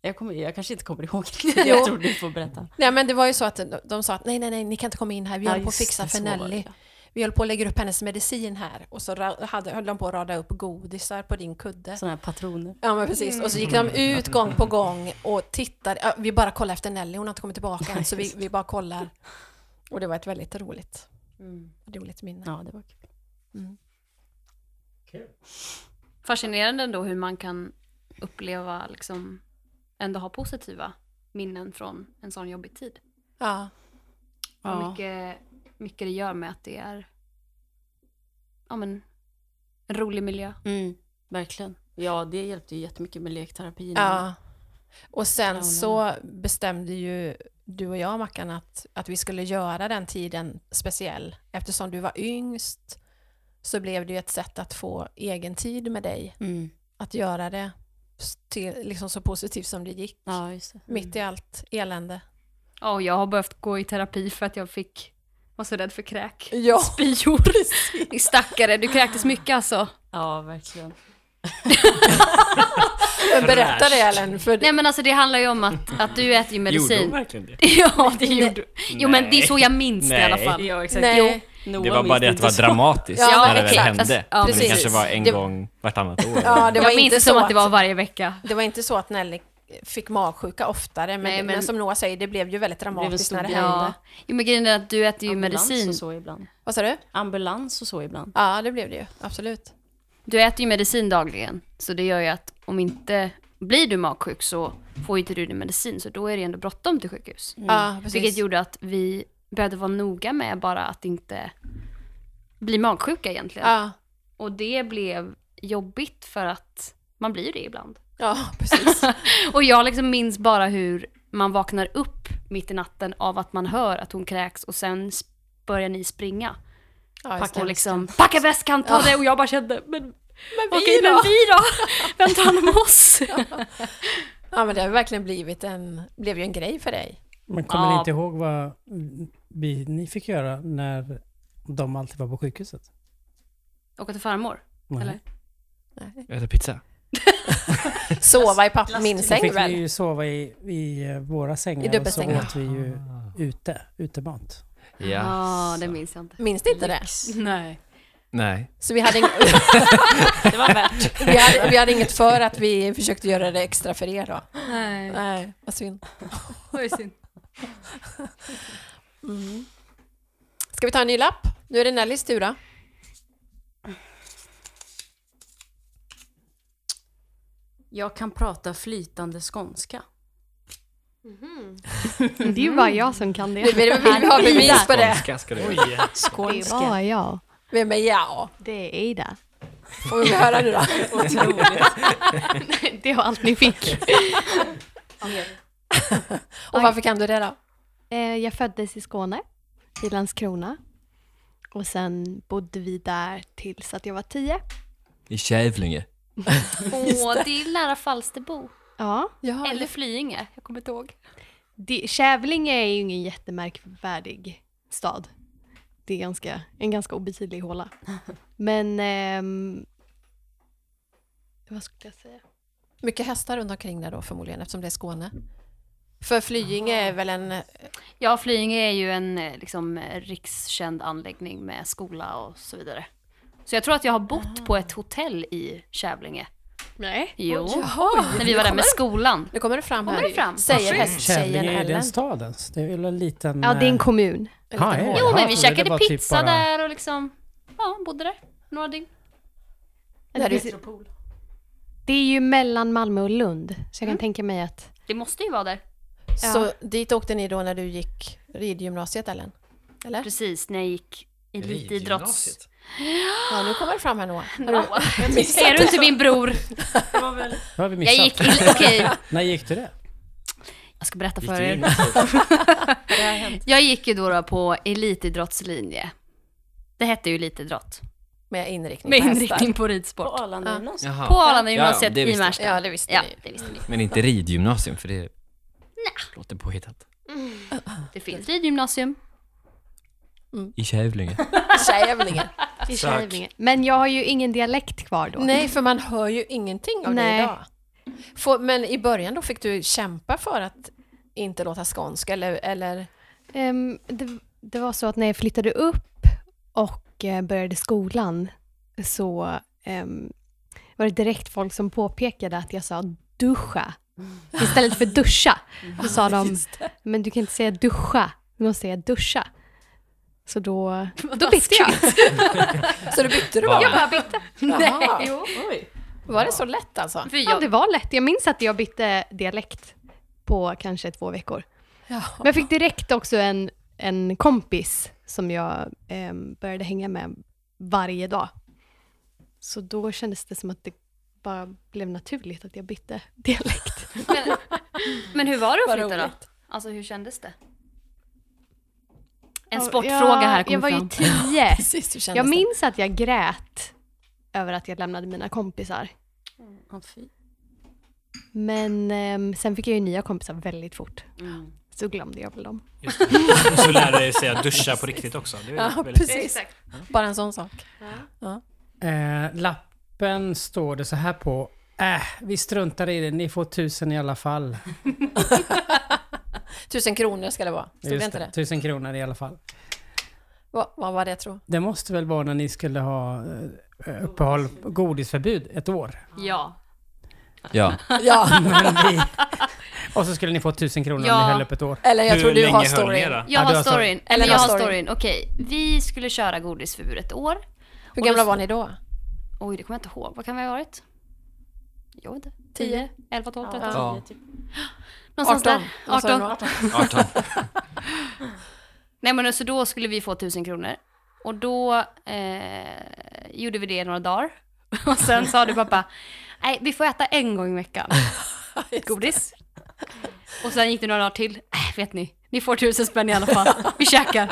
[SPEAKER 8] Jag, kommer, jag kanske inte kommer ihåg riktigt.
[SPEAKER 1] Jo.
[SPEAKER 8] Jag tror du får berätta.
[SPEAKER 1] Nej, men det var ju så att de, de sa att nej, nej, nej, ni kan inte komma in här. Vi
[SPEAKER 8] Ja,
[SPEAKER 1] håller på att
[SPEAKER 8] just
[SPEAKER 1] fixa
[SPEAKER 8] det,
[SPEAKER 1] för
[SPEAKER 8] så var det,
[SPEAKER 1] Nelly.
[SPEAKER 8] ja.
[SPEAKER 1] Vi höll på att lägga upp hennes medicin här. Och så ra- hade, höll de på att rada upp godisar på din kudde.
[SPEAKER 8] Sådana här patroner.
[SPEAKER 1] Ja, men precis. Och så gick de
[SPEAKER 8] Mm.
[SPEAKER 1] ut gång på gång och tittade. Ja, vi bara kollar efter Nelly, hon har inte kommit tillbaka än, så vi, vi bara kollar. Och det var ett väldigt roligt
[SPEAKER 2] Mm.
[SPEAKER 1] roligt minne.
[SPEAKER 8] Ja, det var kul.
[SPEAKER 2] Fascinerande ändå hur man kan uppleva, liksom, ändå ha positiva minnen från en sån jobbig tid.
[SPEAKER 1] Ja,
[SPEAKER 2] Ja.
[SPEAKER 8] Ja.
[SPEAKER 2] Mycket, mycket det gör med att det är ja, men, en rolig miljö.
[SPEAKER 8] Mm, verkligen. Ja, det hjälpte ju jättemycket med lekterapin.
[SPEAKER 1] ja. Och sen
[SPEAKER 8] Clownerna.
[SPEAKER 1] så bestämde ju du och jag, Mackan, att, att vi skulle göra den tiden speciell. Eftersom du var yngst så blev det ju ett sätt att få egen tid med dig.
[SPEAKER 8] Mm.
[SPEAKER 1] Att göra det s- till, liksom så positivt som det gick.
[SPEAKER 8] Ja, just
[SPEAKER 2] Mm.
[SPEAKER 8] det.
[SPEAKER 1] Mitt i allt elände.
[SPEAKER 2] Ja, och jag har behövt gå i terapi för att jag fick var så rädd för kräk.
[SPEAKER 1] Ja,
[SPEAKER 2] Spyor. Ni stackare, du kräktes mycket alltså.
[SPEAKER 8] Mm. Ja, verkligen.
[SPEAKER 1] berätta det Ellen. För
[SPEAKER 2] Nej men alltså det handlar ju om att, att du äter ju
[SPEAKER 4] Gjorde hon
[SPEAKER 2] medicin.
[SPEAKER 4] verkligen det?
[SPEAKER 2] ja, det gjorde du. Jo men det är så jag minns det i alla
[SPEAKER 5] Nej.
[SPEAKER 2] fall.
[SPEAKER 8] Ja, exakt.
[SPEAKER 1] Nej.
[SPEAKER 8] Noah
[SPEAKER 5] Det var bara
[SPEAKER 8] minns
[SPEAKER 5] det att det var
[SPEAKER 8] inte så.
[SPEAKER 5] dramatiskt
[SPEAKER 1] Ja,
[SPEAKER 5] när det väl
[SPEAKER 2] exakt. Alltså,
[SPEAKER 5] hände.
[SPEAKER 2] Ja,
[SPEAKER 5] men det
[SPEAKER 1] precis.
[SPEAKER 5] kanske var en
[SPEAKER 1] Det-
[SPEAKER 5] gång vartannat år.
[SPEAKER 1] Ja, det var
[SPEAKER 2] jag minns
[SPEAKER 1] inte
[SPEAKER 2] det som
[SPEAKER 1] så
[SPEAKER 2] att det var
[SPEAKER 1] att-
[SPEAKER 2] varje vecka.
[SPEAKER 1] Det var inte så att Nelly fick magsjuka oftare, men,
[SPEAKER 2] Nej,
[SPEAKER 1] men...
[SPEAKER 2] men-
[SPEAKER 1] som Noah säger, det blev ju väldigt
[SPEAKER 8] blev en
[SPEAKER 1] dramatiskt
[SPEAKER 8] stor
[SPEAKER 1] när det
[SPEAKER 8] grej.
[SPEAKER 1] hände.
[SPEAKER 2] Ja. Jo men grejen är alltså att du äter ju
[SPEAKER 8] Ambulans
[SPEAKER 2] medicin.
[SPEAKER 8] och så ibland.
[SPEAKER 1] Vad sa du?
[SPEAKER 8] Ambulans och så ibland.
[SPEAKER 1] Ja, det blev det ju. Absolut.
[SPEAKER 2] Du äter ju medicin dagligen. Så det gör ju att om inte blir du magsjuk så får ju inte du din medicin. Så då är det ändå bråttom till sjukhus.
[SPEAKER 1] Ja, precis.
[SPEAKER 2] Vilket gjorde att vi behövde vara noga med bara att inte bli magsjuka egentligen.
[SPEAKER 1] Ja,
[SPEAKER 2] Och det blev jobbigt för att man blir det ibland.
[SPEAKER 1] ja precis.
[SPEAKER 2] Och jag liksom minns bara hur man vaknar upp mitt i natten av att man hör att hon kräks och sen s- börjar ni springa.
[SPEAKER 1] Ja, just
[SPEAKER 2] och
[SPEAKER 1] det.
[SPEAKER 2] liksom, packa väskan, ta det! Och jag bara kände, men
[SPEAKER 1] Men vi
[SPEAKER 2] okej, men
[SPEAKER 1] då?
[SPEAKER 2] vi då? Vem tar hand om oss?
[SPEAKER 1] Ja, men det har verkligen blivit en, blev ju en grej för dig.
[SPEAKER 3] Men kommer ni
[SPEAKER 2] Ja.
[SPEAKER 3] inte ihåg vad vi, ni fick göra när de alltid var på sjukhuset?
[SPEAKER 2] Åka till farmor.
[SPEAKER 3] Nej.
[SPEAKER 2] Eller?
[SPEAKER 5] Jag äter pizza.
[SPEAKER 1] Sova i papp, min
[SPEAKER 3] Då
[SPEAKER 1] säng
[SPEAKER 3] fick vi
[SPEAKER 1] väl?
[SPEAKER 3] ju sova i, i eh, våra
[SPEAKER 1] I
[SPEAKER 3] sängar och så
[SPEAKER 1] dubbelsängar.
[SPEAKER 3] åt vi ju ute, utemat.
[SPEAKER 5] Ja.
[SPEAKER 2] Ja, det minns jag inte.
[SPEAKER 1] Minns ni inte det?
[SPEAKER 8] Nej.
[SPEAKER 5] Nej.
[SPEAKER 1] Så vi hade, ing-
[SPEAKER 8] Det var värt.
[SPEAKER 1] vi, hade, vi hade inget för att vi försökte göra det extra för er då.
[SPEAKER 2] Nej,
[SPEAKER 1] Nej, vad synd.
[SPEAKER 2] det var ju synd.
[SPEAKER 1] Mm. Ska vi ta en ny lapp? Nu är det Nellys tur då.
[SPEAKER 8] Jag kan prata flytande skånska.
[SPEAKER 7] Det är ju bara jag som kan
[SPEAKER 1] Vill,
[SPEAKER 7] det.
[SPEAKER 1] vill, vill vi ha bevis på det?
[SPEAKER 5] Skånska ska du göra.
[SPEAKER 9] Oj,
[SPEAKER 7] Det är bara jag.
[SPEAKER 1] Vem är jag?
[SPEAKER 7] Det är Ida.
[SPEAKER 1] Får vi höra nu då?
[SPEAKER 7] Det var allt ni fick.
[SPEAKER 1] Och varför kan du det då?
[SPEAKER 7] Eh, jag föddes i Skåne, i Landskrona. Och sen bodde vi där tills att jag var tio.
[SPEAKER 5] I Kävlinge.
[SPEAKER 2] Åh, det. är nära Falsterbo.
[SPEAKER 7] Ja.
[SPEAKER 1] Ja,
[SPEAKER 2] Eller Flyinge, jag kommer inte ihåg.
[SPEAKER 7] Det, Kävlinge är ju ingen jättemärkvärdig stad. Det är ganska, en ganska obetydlig håla. Men... ehm, vad skulle jag säga?
[SPEAKER 1] mycket hästar runt omkring där då förmodligen eftersom det är Skåne. För Flyinge är väl en...
[SPEAKER 2] Ja, Flyinge är ju en eh, liksom, eh, rikskänd anläggning med skola och så vidare. Så jag tror att jag har bott på ett hotell i Kävlinge.
[SPEAKER 7] Nej.
[SPEAKER 2] Jo,
[SPEAKER 1] Jaha!
[SPEAKER 2] när vi var där med skolan.
[SPEAKER 1] Nu kommer det fram
[SPEAKER 2] Kommer
[SPEAKER 1] här.
[SPEAKER 2] det fram?
[SPEAKER 1] Säger hästtjejen
[SPEAKER 3] Kävlinge, är det
[SPEAKER 1] Ellen.
[SPEAKER 3] en stadens? Det är väl en liten...
[SPEAKER 7] Ja, det är en kommun.
[SPEAKER 1] En liten
[SPEAKER 3] Ah, är det?
[SPEAKER 1] håla.
[SPEAKER 2] Jo,
[SPEAKER 3] Ja,
[SPEAKER 2] men vi
[SPEAKER 3] så det
[SPEAKER 2] käkade
[SPEAKER 3] var typ
[SPEAKER 2] pizza
[SPEAKER 3] bara-
[SPEAKER 2] där och liksom, ja, bodde där några dygn.
[SPEAKER 7] Ja, Det, finns,
[SPEAKER 8] Metropol.
[SPEAKER 7] det är ju mellan Malmö och Lund, så jag kan tänka mig att...
[SPEAKER 2] Det måste ju vara där.
[SPEAKER 1] Så dit åkte ni då när du gick ridgymnasiet Ellen? Eller?
[SPEAKER 2] Precis, när jag gick elitidrotts...
[SPEAKER 1] Ja, nu kommer det fram här Noah.
[SPEAKER 2] Wow. Ser du inte min bror?
[SPEAKER 3] eh, Vad har vi
[SPEAKER 2] Jag
[SPEAKER 3] missat?
[SPEAKER 2] gick... il- Okej,
[SPEAKER 3] När gick du det?
[SPEAKER 2] jag ska berätta
[SPEAKER 5] Gick
[SPEAKER 2] för
[SPEAKER 5] du
[SPEAKER 2] er.
[SPEAKER 5] gymnasiet?
[SPEAKER 2] Jag gick ju då, då på elitidrottslinje. Det hette ju elitidrott.
[SPEAKER 1] Med inriktning
[SPEAKER 2] Med
[SPEAKER 1] på
[SPEAKER 2] inriktning på
[SPEAKER 8] På
[SPEAKER 2] ridsport.
[SPEAKER 8] Arlanda
[SPEAKER 1] Ja.
[SPEAKER 8] gymnasium.
[SPEAKER 2] På
[SPEAKER 5] Jaha.
[SPEAKER 2] Arlanda
[SPEAKER 5] Ja, ja,
[SPEAKER 2] gymnasiet
[SPEAKER 5] det
[SPEAKER 2] i
[SPEAKER 5] visste jag.
[SPEAKER 2] Märsta.
[SPEAKER 1] hästar. Ja, det visste
[SPEAKER 2] Ja,
[SPEAKER 1] ni.
[SPEAKER 2] det visste ni.
[SPEAKER 5] Men inte ridgymnasium för det låter påhittat.
[SPEAKER 7] Mm.
[SPEAKER 2] Det finns ridgymnasium.
[SPEAKER 5] I Kävlinge.
[SPEAKER 1] Kävlinge.
[SPEAKER 7] I Kävlinge. Men jag har ju ingen dialekt kvar då.
[SPEAKER 1] Nej, för man hör ju ingenting av det
[SPEAKER 7] Nej.
[SPEAKER 1] idag. Få- men i början då fick du kämpa för att inte låta skånsk eller, eller
[SPEAKER 7] Ehm, det, det var så att när jag flyttade upp och eh, började skolan så ehm, var det direkt folk som påpekade att jag sa duscha istället för duscha.
[SPEAKER 1] Mm.
[SPEAKER 7] Så sa de, men du kan inte säga duscha, du måste säga duscha. Så då, då bytte jag.
[SPEAKER 1] Så du bytte du
[SPEAKER 5] Bara.
[SPEAKER 1] bara?
[SPEAKER 7] Jag bara bytte.
[SPEAKER 1] Jaha.
[SPEAKER 7] Jo.
[SPEAKER 8] Oj.
[SPEAKER 1] Var det så lätt alltså?
[SPEAKER 2] För
[SPEAKER 7] Ja,
[SPEAKER 2] jag,
[SPEAKER 7] det var lätt. Jag minns att jag bytte dialekt på kanske två veckor.
[SPEAKER 1] Ja.
[SPEAKER 7] Men jag fick direkt också en, en kompis som jag ehm, började hänga med varje dag. Så då kändes det som att det bara blev naturligt att jag bytte dialekt.
[SPEAKER 2] men, men hur var det
[SPEAKER 1] Vad
[SPEAKER 2] att flytta då?
[SPEAKER 1] roligt.
[SPEAKER 2] Alltså hur kändes det? En
[SPEAKER 7] Ja,
[SPEAKER 2] sportfråga här
[SPEAKER 7] Jag
[SPEAKER 2] kommer
[SPEAKER 7] var ju
[SPEAKER 2] fram.
[SPEAKER 7] tio.
[SPEAKER 1] Precis, hur kändes
[SPEAKER 7] Jag
[SPEAKER 1] det?
[SPEAKER 7] minns att jag grät över att jag lämnade mina kompisar.
[SPEAKER 8] Åh, fy.
[SPEAKER 7] Men ehm, sen fick jag ju nya kompisar väldigt fort.
[SPEAKER 8] Mm.
[SPEAKER 7] Så glömde jag väl dem.
[SPEAKER 9] Just det. Så lärde jag sig att duscha på riktigt också. Det är
[SPEAKER 1] Ja,
[SPEAKER 9] väldigt...
[SPEAKER 1] precis. Bara en sån sak.
[SPEAKER 3] Eh, lappen står det så här på. Äh, vi struntar i det. Ni får tusen i alla fall.
[SPEAKER 1] Tusen kronor ska det vara. Stod
[SPEAKER 3] Just
[SPEAKER 1] det inte det?
[SPEAKER 3] Tusen kronor i alla fall.
[SPEAKER 1] Vad, vad var det jag tror?
[SPEAKER 3] Det måste väl vara när ni skulle ha eh, uppehåll, godisförbud, ett år.
[SPEAKER 2] Ja.
[SPEAKER 5] Ja.
[SPEAKER 1] Ja,
[SPEAKER 3] Men vi, och så skulle ni få tusen kronor om
[SPEAKER 2] Ja.
[SPEAKER 3] ni höll upp ett år.
[SPEAKER 1] eller jag tror
[SPEAKER 9] Hur
[SPEAKER 1] du
[SPEAKER 9] länge
[SPEAKER 1] har
[SPEAKER 9] höll ni er
[SPEAKER 1] storyn.
[SPEAKER 9] då?
[SPEAKER 2] Jag
[SPEAKER 3] Ja, du
[SPEAKER 2] har
[SPEAKER 3] har story.
[SPEAKER 2] storyn. Eller
[SPEAKER 1] Eller
[SPEAKER 2] jag
[SPEAKER 1] har
[SPEAKER 2] har
[SPEAKER 1] storyn.
[SPEAKER 2] storyn. Okej, vi skulle köra godisförbud ett år.
[SPEAKER 1] Hur gamla var ni då?
[SPEAKER 2] Oj, det kommer jag inte ihåg. Vad kan vi ha varit? Jag vet inte. 10,
[SPEAKER 1] Tio.
[SPEAKER 2] 11, 12, 13.
[SPEAKER 5] Ja.
[SPEAKER 8] typ
[SPEAKER 2] Någonstans
[SPEAKER 1] 18.
[SPEAKER 2] där.
[SPEAKER 1] Vad sa du nu?
[SPEAKER 2] 18.
[SPEAKER 5] 18.
[SPEAKER 2] Nej men så då skulle vi få 1000 kronor. Och då eh, gjorde vi det i några dagar. Och sen sa du pappa, nej vi får äta en gång i veckan. Godis. Och sen gick det några dagar till, nej vet ni, ni får 1000 spänn i alla fall. Vi käkar.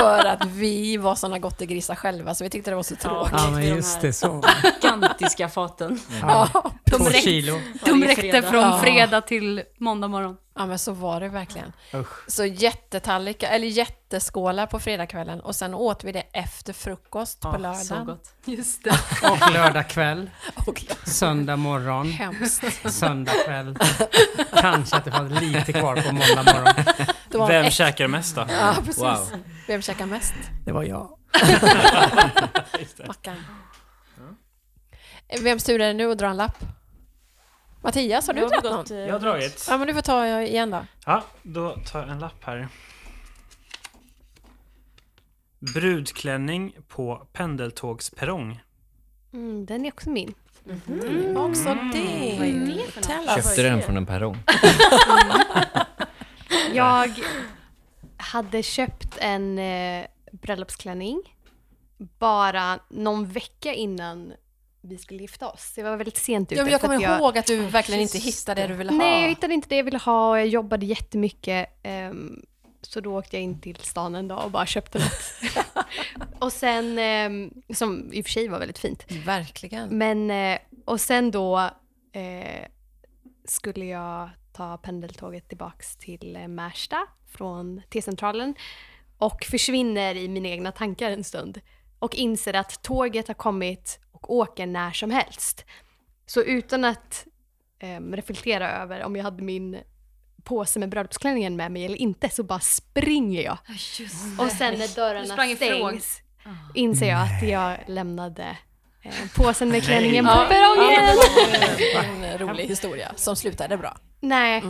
[SPEAKER 1] För att vi var såna grisar själva så vi tyckte det var så tråkigt.
[SPEAKER 3] Ja,
[SPEAKER 8] Gick
[SPEAKER 3] men
[SPEAKER 8] vi de
[SPEAKER 3] just
[SPEAKER 8] här?
[SPEAKER 3] det. Så.
[SPEAKER 8] Gigantiska faten.
[SPEAKER 3] Ja, två
[SPEAKER 2] räck-
[SPEAKER 3] kilo.
[SPEAKER 2] De
[SPEAKER 8] Varje
[SPEAKER 2] räckte
[SPEAKER 8] fredag.
[SPEAKER 2] från
[SPEAKER 1] Ja.
[SPEAKER 2] fredag till måndag morgon.
[SPEAKER 1] Ja men så var det verkligen.
[SPEAKER 3] Usch.
[SPEAKER 1] Så jättetallrikar, eller jätteskålar på fredagskvällen och sen åt vi det efter frukost på
[SPEAKER 8] Ja, Så
[SPEAKER 1] lördagen.
[SPEAKER 8] gott.
[SPEAKER 2] Just det.
[SPEAKER 3] Och lördag kväll,
[SPEAKER 1] Och
[SPEAKER 3] Mm. söndag morgon,
[SPEAKER 1] hemskt.
[SPEAKER 3] söndag kväll. Kanske att det fanns lite kvar på måndag morgon.
[SPEAKER 1] Det var
[SPEAKER 9] Vem
[SPEAKER 1] äck-
[SPEAKER 9] käkar mest då?
[SPEAKER 1] Ja precis.
[SPEAKER 5] Wow.
[SPEAKER 1] Vem käkar mest?
[SPEAKER 3] Det var jag.
[SPEAKER 1] Mackan. Vems tur är det nu att dra en lapp? Mattias, har du
[SPEAKER 8] Jag
[SPEAKER 1] dragit någon?
[SPEAKER 8] eh,
[SPEAKER 9] Jag har dragit.
[SPEAKER 1] Ja men du får ta igen då.
[SPEAKER 9] Ja, då tar jag en lapp här. Brudklänning på pendeltågsperrong.
[SPEAKER 7] Mm, den är också min.
[SPEAKER 8] Mm-hmm. Mm.
[SPEAKER 1] Också det.
[SPEAKER 2] Vad är det för något?
[SPEAKER 1] Tell us.
[SPEAKER 5] Köpte den från en perrong.
[SPEAKER 7] Jag hade köpt en eh, bröllopsklänning bara någon vecka innan vi skulle gifta oss. Det var väldigt sent ute.
[SPEAKER 1] Ja, men jag
[SPEAKER 7] för att
[SPEAKER 1] kommer ihåg att du verkligen inte hittade det du ville ha.
[SPEAKER 7] Nej, jag hittade inte det jag ville ha och jag jobbade jättemycket. ehm, så då åkte jag in till stan en dag och bara köpte något. och sen, ehm, som i och för sig var väldigt fint.
[SPEAKER 1] Verkligen.
[SPEAKER 7] Men, eh, och sen då eh, skulle jag ta pendeltåget tillbaks till eh, Märsta från T-centralen och försvinner i mina egna tankar en stund och inser att tåget har kommit och åker när som helst. Så utan att ehm, reflektera över om jag hade min påse med bröllopsklänningen med mig eller inte så bara springer jag. och sen när
[SPEAKER 2] Du
[SPEAKER 7] dörrarna
[SPEAKER 2] sprang ifrån.
[SPEAKER 7] stängs inser jag att jag lämnade eh, påsen med klänningen på
[SPEAKER 1] Ja,
[SPEAKER 7] perrongen.
[SPEAKER 1] ja, men det var en, en rolig historia som slutade bra.
[SPEAKER 7] Nej.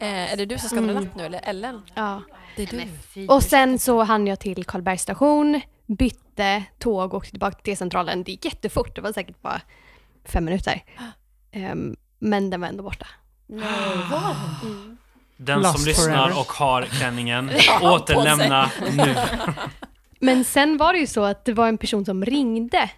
[SPEAKER 1] Eh, är det du som ska dra lapp nu eller Ellen?
[SPEAKER 7] Ja.
[SPEAKER 1] Det är du.
[SPEAKER 2] Men fy.
[SPEAKER 7] Och sen så hann jag till Karlbergs station, bytte tåg och åkte tillbaka till T-centralen. Det gick jättefort, det var säkert bara fem minuter. Ehm, men den var ändå borta.
[SPEAKER 9] Den
[SPEAKER 3] Lost
[SPEAKER 9] som lyssnar
[SPEAKER 3] forever.
[SPEAKER 9] och har klänningen, återlämna nu.
[SPEAKER 7] Men sen var det ju så att det var en person som ringde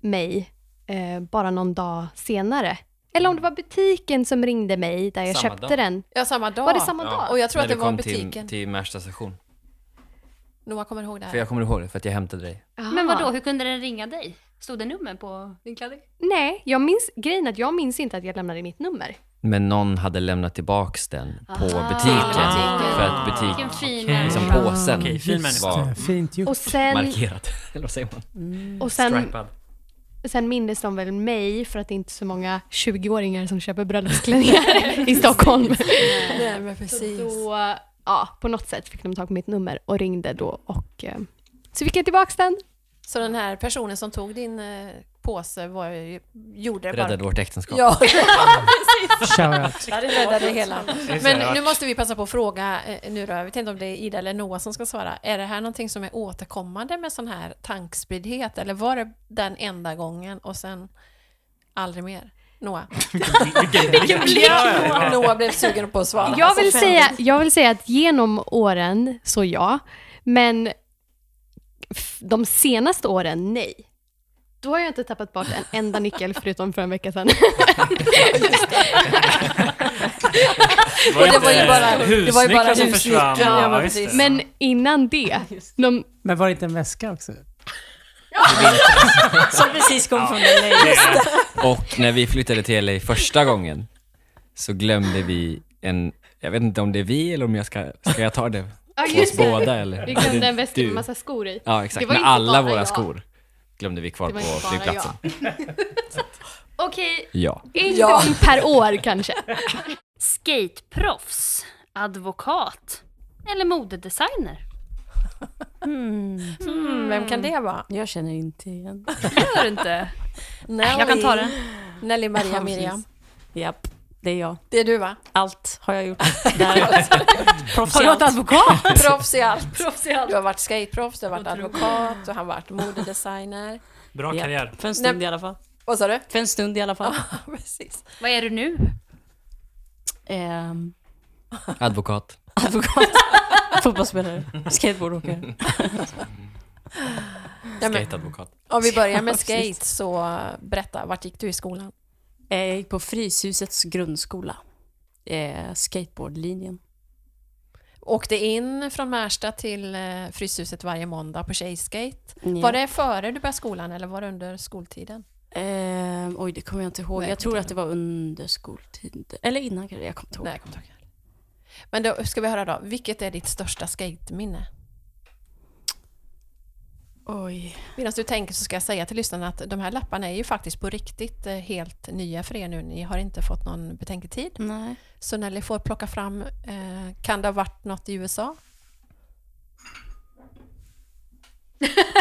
[SPEAKER 7] mig eh, bara någon dag senare. Eller om det var butiken som ringde mig där jag
[SPEAKER 5] Samma
[SPEAKER 7] köpte
[SPEAKER 5] dag.
[SPEAKER 7] den.
[SPEAKER 1] Ja, samma dag.
[SPEAKER 7] Var det samma dag?
[SPEAKER 1] Och jag tror
[SPEAKER 5] När
[SPEAKER 1] att det
[SPEAKER 5] du
[SPEAKER 1] var
[SPEAKER 5] kom
[SPEAKER 1] butiken.
[SPEAKER 5] Till, till Märsta station.
[SPEAKER 1] Noah kommer ihåg det här.
[SPEAKER 5] För jag kommer ihåg det, för att jag hämtade dig.
[SPEAKER 2] Men vadå, hur kunde den ringa dig? Stod det nummer på din klänning?
[SPEAKER 7] Nej, jag minns, grejen är att jag minns inte att jag lämnade mitt nummer.
[SPEAKER 5] Men någon hade lämnat tillbaks den på
[SPEAKER 1] Ah.
[SPEAKER 5] butiken.
[SPEAKER 2] butiken.
[SPEAKER 5] För att
[SPEAKER 2] Ah, Vilken
[SPEAKER 5] butik,
[SPEAKER 2] fin
[SPEAKER 9] Okej.
[SPEAKER 5] liksom påsen
[SPEAKER 9] Okej, fin människa.
[SPEAKER 5] var
[SPEAKER 3] det. Fint gjort.
[SPEAKER 7] Och sen,
[SPEAKER 5] markerad. Eller vad säger man?
[SPEAKER 7] och sen
[SPEAKER 9] Stripad.
[SPEAKER 7] Sen mindes de väl mig för att det är inte är så många 20-åringar som köper bröllopsklänningar i Stockholm.
[SPEAKER 1] Nej, men precis.
[SPEAKER 7] Så ja, på något sätt fick de tag på mitt nummer och ringde då och eh, så fick jag tillbaka den.
[SPEAKER 1] Så den här personen som tog din eh, påse var, ju- gjorde det bara...
[SPEAKER 5] Räddade vårt äktenskap.
[SPEAKER 1] Ja,
[SPEAKER 3] Shoutout.
[SPEAKER 1] räddade hela.
[SPEAKER 9] Det är
[SPEAKER 1] Men
[SPEAKER 9] så
[SPEAKER 1] nu
[SPEAKER 9] jag-
[SPEAKER 1] måste vi passa på att fråga eh, nu då, jag vet inte om det är Ida eller Noah som ska svara. Är det här någonting som är återkommande med sån här tankspriddhet eller var det den enda gången och sen aldrig mer? Noah?
[SPEAKER 9] Vilken blick!
[SPEAKER 1] Noah blev sugen på att svara.
[SPEAKER 7] Jag vill,
[SPEAKER 1] Alltså,
[SPEAKER 7] säga,
[SPEAKER 1] fem-
[SPEAKER 7] jag vill säga att genom åren så ja, men f- de senaste åren nej. Då har jag inte tappat bort en enda nyckel förutom för en vecka sedan.
[SPEAKER 1] Och det var ju
[SPEAKER 9] inte
[SPEAKER 1] bara- det var ju bara
[SPEAKER 9] husnycklar som försvann.
[SPEAKER 1] husnyckeln, ja, men
[SPEAKER 9] just det.
[SPEAKER 1] precis.
[SPEAKER 7] Men innan det, de,
[SPEAKER 3] Men var det inte en väska också?
[SPEAKER 10] Som precis kom från den
[SPEAKER 9] Det
[SPEAKER 10] lägen.
[SPEAKER 9] är-
[SPEAKER 5] Och när vi flyttade till LA första gången så glömde vi en, jag vet inte om det är vi eller om jag ska, ska jag ta det?
[SPEAKER 7] ja
[SPEAKER 5] Oss
[SPEAKER 7] just det,
[SPEAKER 5] båda eller?
[SPEAKER 7] vi glömde en väska
[SPEAKER 5] Du.
[SPEAKER 7] med massa skor i.
[SPEAKER 5] Ja
[SPEAKER 7] Det
[SPEAKER 5] exakt,
[SPEAKER 7] var
[SPEAKER 5] med
[SPEAKER 7] inte
[SPEAKER 5] alla
[SPEAKER 7] bara
[SPEAKER 5] våra
[SPEAKER 7] jag.
[SPEAKER 5] skor glömde vi kvar
[SPEAKER 7] Det var inte
[SPEAKER 5] på
[SPEAKER 7] bara
[SPEAKER 5] flygplatsen.
[SPEAKER 7] Okej,
[SPEAKER 5] Ja.
[SPEAKER 7] en
[SPEAKER 1] Ja.
[SPEAKER 7] gång per år kanske.
[SPEAKER 2] Skateproffs, advokat eller modedesigner?
[SPEAKER 1] Mm, vem kan det vara?
[SPEAKER 8] Jag känner inte igen.
[SPEAKER 2] Gör du inte?
[SPEAKER 1] Nelly,
[SPEAKER 2] Jag kan ta den.
[SPEAKER 1] Nelly Maria
[SPEAKER 8] Ja,
[SPEAKER 1] Miriam.
[SPEAKER 8] Japp, det är jag.
[SPEAKER 1] Det är du va?
[SPEAKER 8] Allt har jag gjort. Där. Proffs
[SPEAKER 10] Har
[SPEAKER 8] i
[SPEAKER 10] du varit
[SPEAKER 8] allt.
[SPEAKER 10] advokat?
[SPEAKER 1] Proffs i allt. Du har varit skateproffs, du har varit advokat, du har varit modedesigner.
[SPEAKER 9] Bra
[SPEAKER 8] Ja.
[SPEAKER 9] karriär.
[SPEAKER 8] För en stund
[SPEAKER 1] Nej.
[SPEAKER 8] i alla fall.
[SPEAKER 1] Vad sa du?
[SPEAKER 8] För en stund i alla fall.
[SPEAKER 1] Precis.
[SPEAKER 2] Vad är du nu?
[SPEAKER 8] Ehm,
[SPEAKER 5] Advokat.
[SPEAKER 8] advokat, fotbollsspelare, skateboardåkare.
[SPEAKER 1] Ja, men,
[SPEAKER 5] Skateadvokat.
[SPEAKER 1] om vi börjar med
[SPEAKER 8] Ja, precis.
[SPEAKER 1] skate så eh, berätta, vart gick du i skolan?
[SPEAKER 8] Eh, Jag gick på Fryshusets grundskola. Eh, skateboardlinjen.
[SPEAKER 1] Åkte in från Märsta till eh, Fryshuset varje måndag på tjejskate.
[SPEAKER 8] Ja.
[SPEAKER 1] Var det före du började skolan eller var det under skoltiden?
[SPEAKER 8] Ehm, oj, det kommer jag inte ihåg.
[SPEAKER 1] Nej,
[SPEAKER 8] jag
[SPEAKER 1] jag kommer
[SPEAKER 8] tror
[SPEAKER 1] inte
[SPEAKER 8] att det var under skoltid. Eller innan kanske, jag kommer inte ihåg.
[SPEAKER 1] Nej, jag kommer inte ihåg. Men då ska vi höra då, vilket är ditt största skateminne?
[SPEAKER 8] Oj.
[SPEAKER 1] Medan du tänker så ska jag säga till lyssnarna att de här lapparna är ju faktiskt på riktigt eh, helt nya för er nu. Ni har inte fått någon betänketid.
[SPEAKER 8] Nej.
[SPEAKER 1] Så Nelly får plocka fram, eh, kan det ha varit något i USA?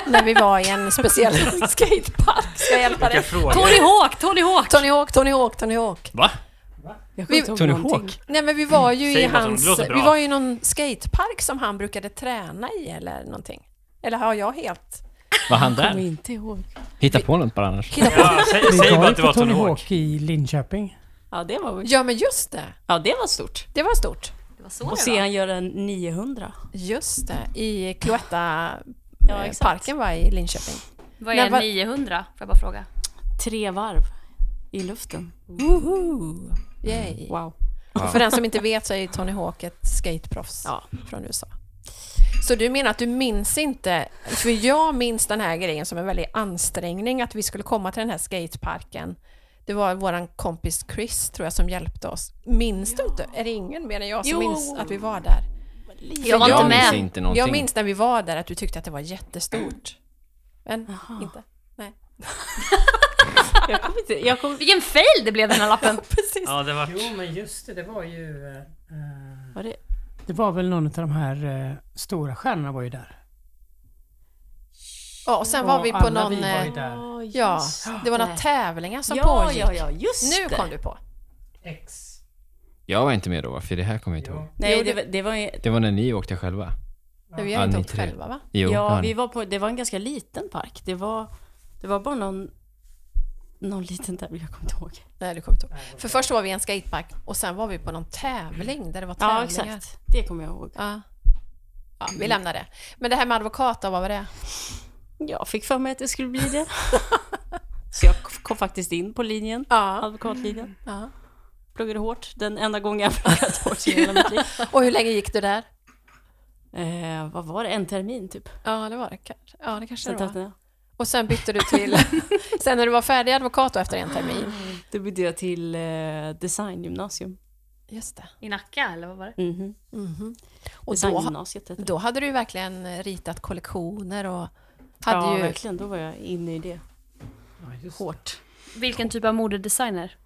[SPEAKER 1] När vi var i en speciell skatepark. Ska jag hjälpa dig?
[SPEAKER 9] Vilka frågor.
[SPEAKER 10] Tony Hawk, Tony Hawk!
[SPEAKER 1] Tony Hawk, Tony Hawk, Tony Hawk.
[SPEAKER 9] Va?
[SPEAKER 8] Jag kommer
[SPEAKER 1] Vi-
[SPEAKER 8] inte ihåg
[SPEAKER 5] Tony
[SPEAKER 8] någonting.
[SPEAKER 5] Hawk?
[SPEAKER 1] Nej men vi var ju
[SPEAKER 9] Säg
[SPEAKER 1] i
[SPEAKER 9] vad som-
[SPEAKER 1] hans,
[SPEAKER 9] det låter bra.
[SPEAKER 1] vi var ju i någon skatepark som han brukade träna i eller någonting. Eller har jag helt...
[SPEAKER 5] Var han
[SPEAKER 8] Jag
[SPEAKER 5] där?
[SPEAKER 8] kommer inte ihåg.
[SPEAKER 5] Hitta på något bara annars.
[SPEAKER 9] Ja, säg
[SPEAKER 3] Vi
[SPEAKER 9] säg bara
[SPEAKER 3] var ju
[SPEAKER 9] att det var
[SPEAKER 3] på Tony
[SPEAKER 9] Tony Hawk.
[SPEAKER 3] Hawk i Linköping.
[SPEAKER 8] Ja, det var,
[SPEAKER 1] Ja men just det,
[SPEAKER 8] ja, det var stort.
[SPEAKER 1] det var stort.
[SPEAKER 2] Det var så
[SPEAKER 8] Och
[SPEAKER 2] det
[SPEAKER 8] se
[SPEAKER 2] var.
[SPEAKER 8] han göra en 900.
[SPEAKER 1] Just det, i Cloetta
[SPEAKER 8] Ja,
[SPEAKER 1] eh,
[SPEAKER 8] exakt.
[SPEAKER 1] parken var i Linköping.
[SPEAKER 2] Vad
[SPEAKER 1] Nej,
[SPEAKER 2] är
[SPEAKER 1] vad-
[SPEAKER 2] 900? Får jag bara fråga.
[SPEAKER 8] tre varv i luften.
[SPEAKER 1] Woho! Yay!
[SPEAKER 8] Wow.
[SPEAKER 1] Och för den som inte vet så är ju Tony Hawk ett skateproffs från USA. Så du menar att du minns inte, för jag minns den här grejen som en väldig ansträngning att vi skulle komma till den här skateparken. Det var våran kompis Chris tror jag som hjälpte oss. Minns du inte? Är det ingen mer än jag som
[SPEAKER 10] Jo.
[SPEAKER 1] minns att vi var där?
[SPEAKER 10] Jag var
[SPEAKER 1] För
[SPEAKER 10] inte
[SPEAKER 5] minns med. inte någonting.
[SPEAKER 1] Jag minns när vi var där att du tyckte att det var jättestort. Men
[SPEAKER 8] Ah.
[SPEAKER 1] inte. Nej.
[SPEAKER 8] jag kommer inte, jag kommer...
[SPEAKER 2] Vilken fail det blev den här lappen!
[SPEAKER 1] Precis.
[SPEAKER 4] Ja, det var...
[SPEAKER 3] Jo, men just det, det var ju... eh,
[SPEAKER 8] Var det?
[SPEAKER 3] Det var väl någon av de här eh, stora stjärnorna var ju där.
[SPEAKER 1] Ja, och sen
[SPEAKER 3] Och
[SPEAKER 1] var vi på
[SPEAKER 3] alla
[SPEAKER 1] någon...
[SPEAKER 3] vi var ju
[SPEAKER 1] eh,
[SPEAKER 3] där.
[SPEAKER 1] Ja,
[SPEAKER 8] just
[SPEAKER 1] det var några
[SPEAKER 8] det.
[SPEAKER 1] tävlingar som
[SPEAKER 8] Ja,
[SPEAKER 1] pågick.
[SPEAKER 8] ja, ja, just
[SPEAKER 1] nu
[SPEAKER 8] det.
[SPEAKER 1] kom du på.
[SPEAKER 3] X.
[SPEAKER 5] Jag var inte med då, för det här kommer jag inte ihåg.
[SPEAKER 8] Nej,
[SPEAKER 1] Jo, det-
[SPEAKER 8] det, var- det var ju...
[SPEAKER 5] Det var när ni åkte själva.
[SPEAKER 1] Nej, Vi har inte
[SPEAKER 5] ni
[SPEAKER 1] åkt
[SPEAKER 5] tre.
[SPEAKER 1] själva va?
[SPEAKER 5] Jo, det
[SPEAKER 8] ja,
[SPEAKER 5] har ni.
[SPEAKER 8] vi var på, det var en ganska liten park. Det var, det var bara någon, någon liten tävling, jag kommer inte ihåg.
[SPEAKER 1] Nej, du kommer inte ihåg. För först var vi i en skatepark och sen var vi på någon tävling där det var tävlingar.
[SPEAKER 8] Ja, exakt. Det kommer jag ihåg.
[SPEAKER 1] Ja. Ja, vi lämnar det. Men det här med advokat då, vad var det?
[SPEAKER 8] Jag fick för mig att det skulle bli det. Så jag kom faktiskt in på linjen,
[SPEAKER 1] Ja.
[SPEAKER 8] advokatlinjen.
[SPEAKER 1] ja.
[SPEAKER 8] Pluggade hårt, den enda gången jag pluggat hårt i hela mitt liv.
[SPEAKER 1] Och hur länge gick du där?
[SPEAKER 8] Eh, vad var det? En termin typ?
[SPEAKER 1] Ja, det var det kanske. Ja, det kanske
[SPEAKER 8] Så
[SPEAKER 1] det
[SPEAKER 8] att,
[SPEAKER 1] var.
[SPEAKER 8] ja.
[SPEAKER 1] Och sen bytte du till... sen när du var färdig advokat då efter en termin.
[SPEAKER 8] Då bytte jag till eh, designgymnasium.
[SPEAKER 1] Just det.
[SPEAKER 2] I Nacka eller vad var det?
[SPEAKER 8] Mhm.
[SPEAKER 1] Mhm. Och då,
[SPEAKER 8] Designgymnasiet heter det.
[SPEAKER 1] då hade du ju verkligen ritat kollektioner och hade
[SPEAKER 8] Ja,
[SPEAKER 1] ju...
[SPEAKER 8] verkligen. Då var jag inne i det.
[SPEAKER 3] Ja, just det.
[SPEAKER 8] Hårt.
[SPEAKER 2] Vilken typ av modedesigner?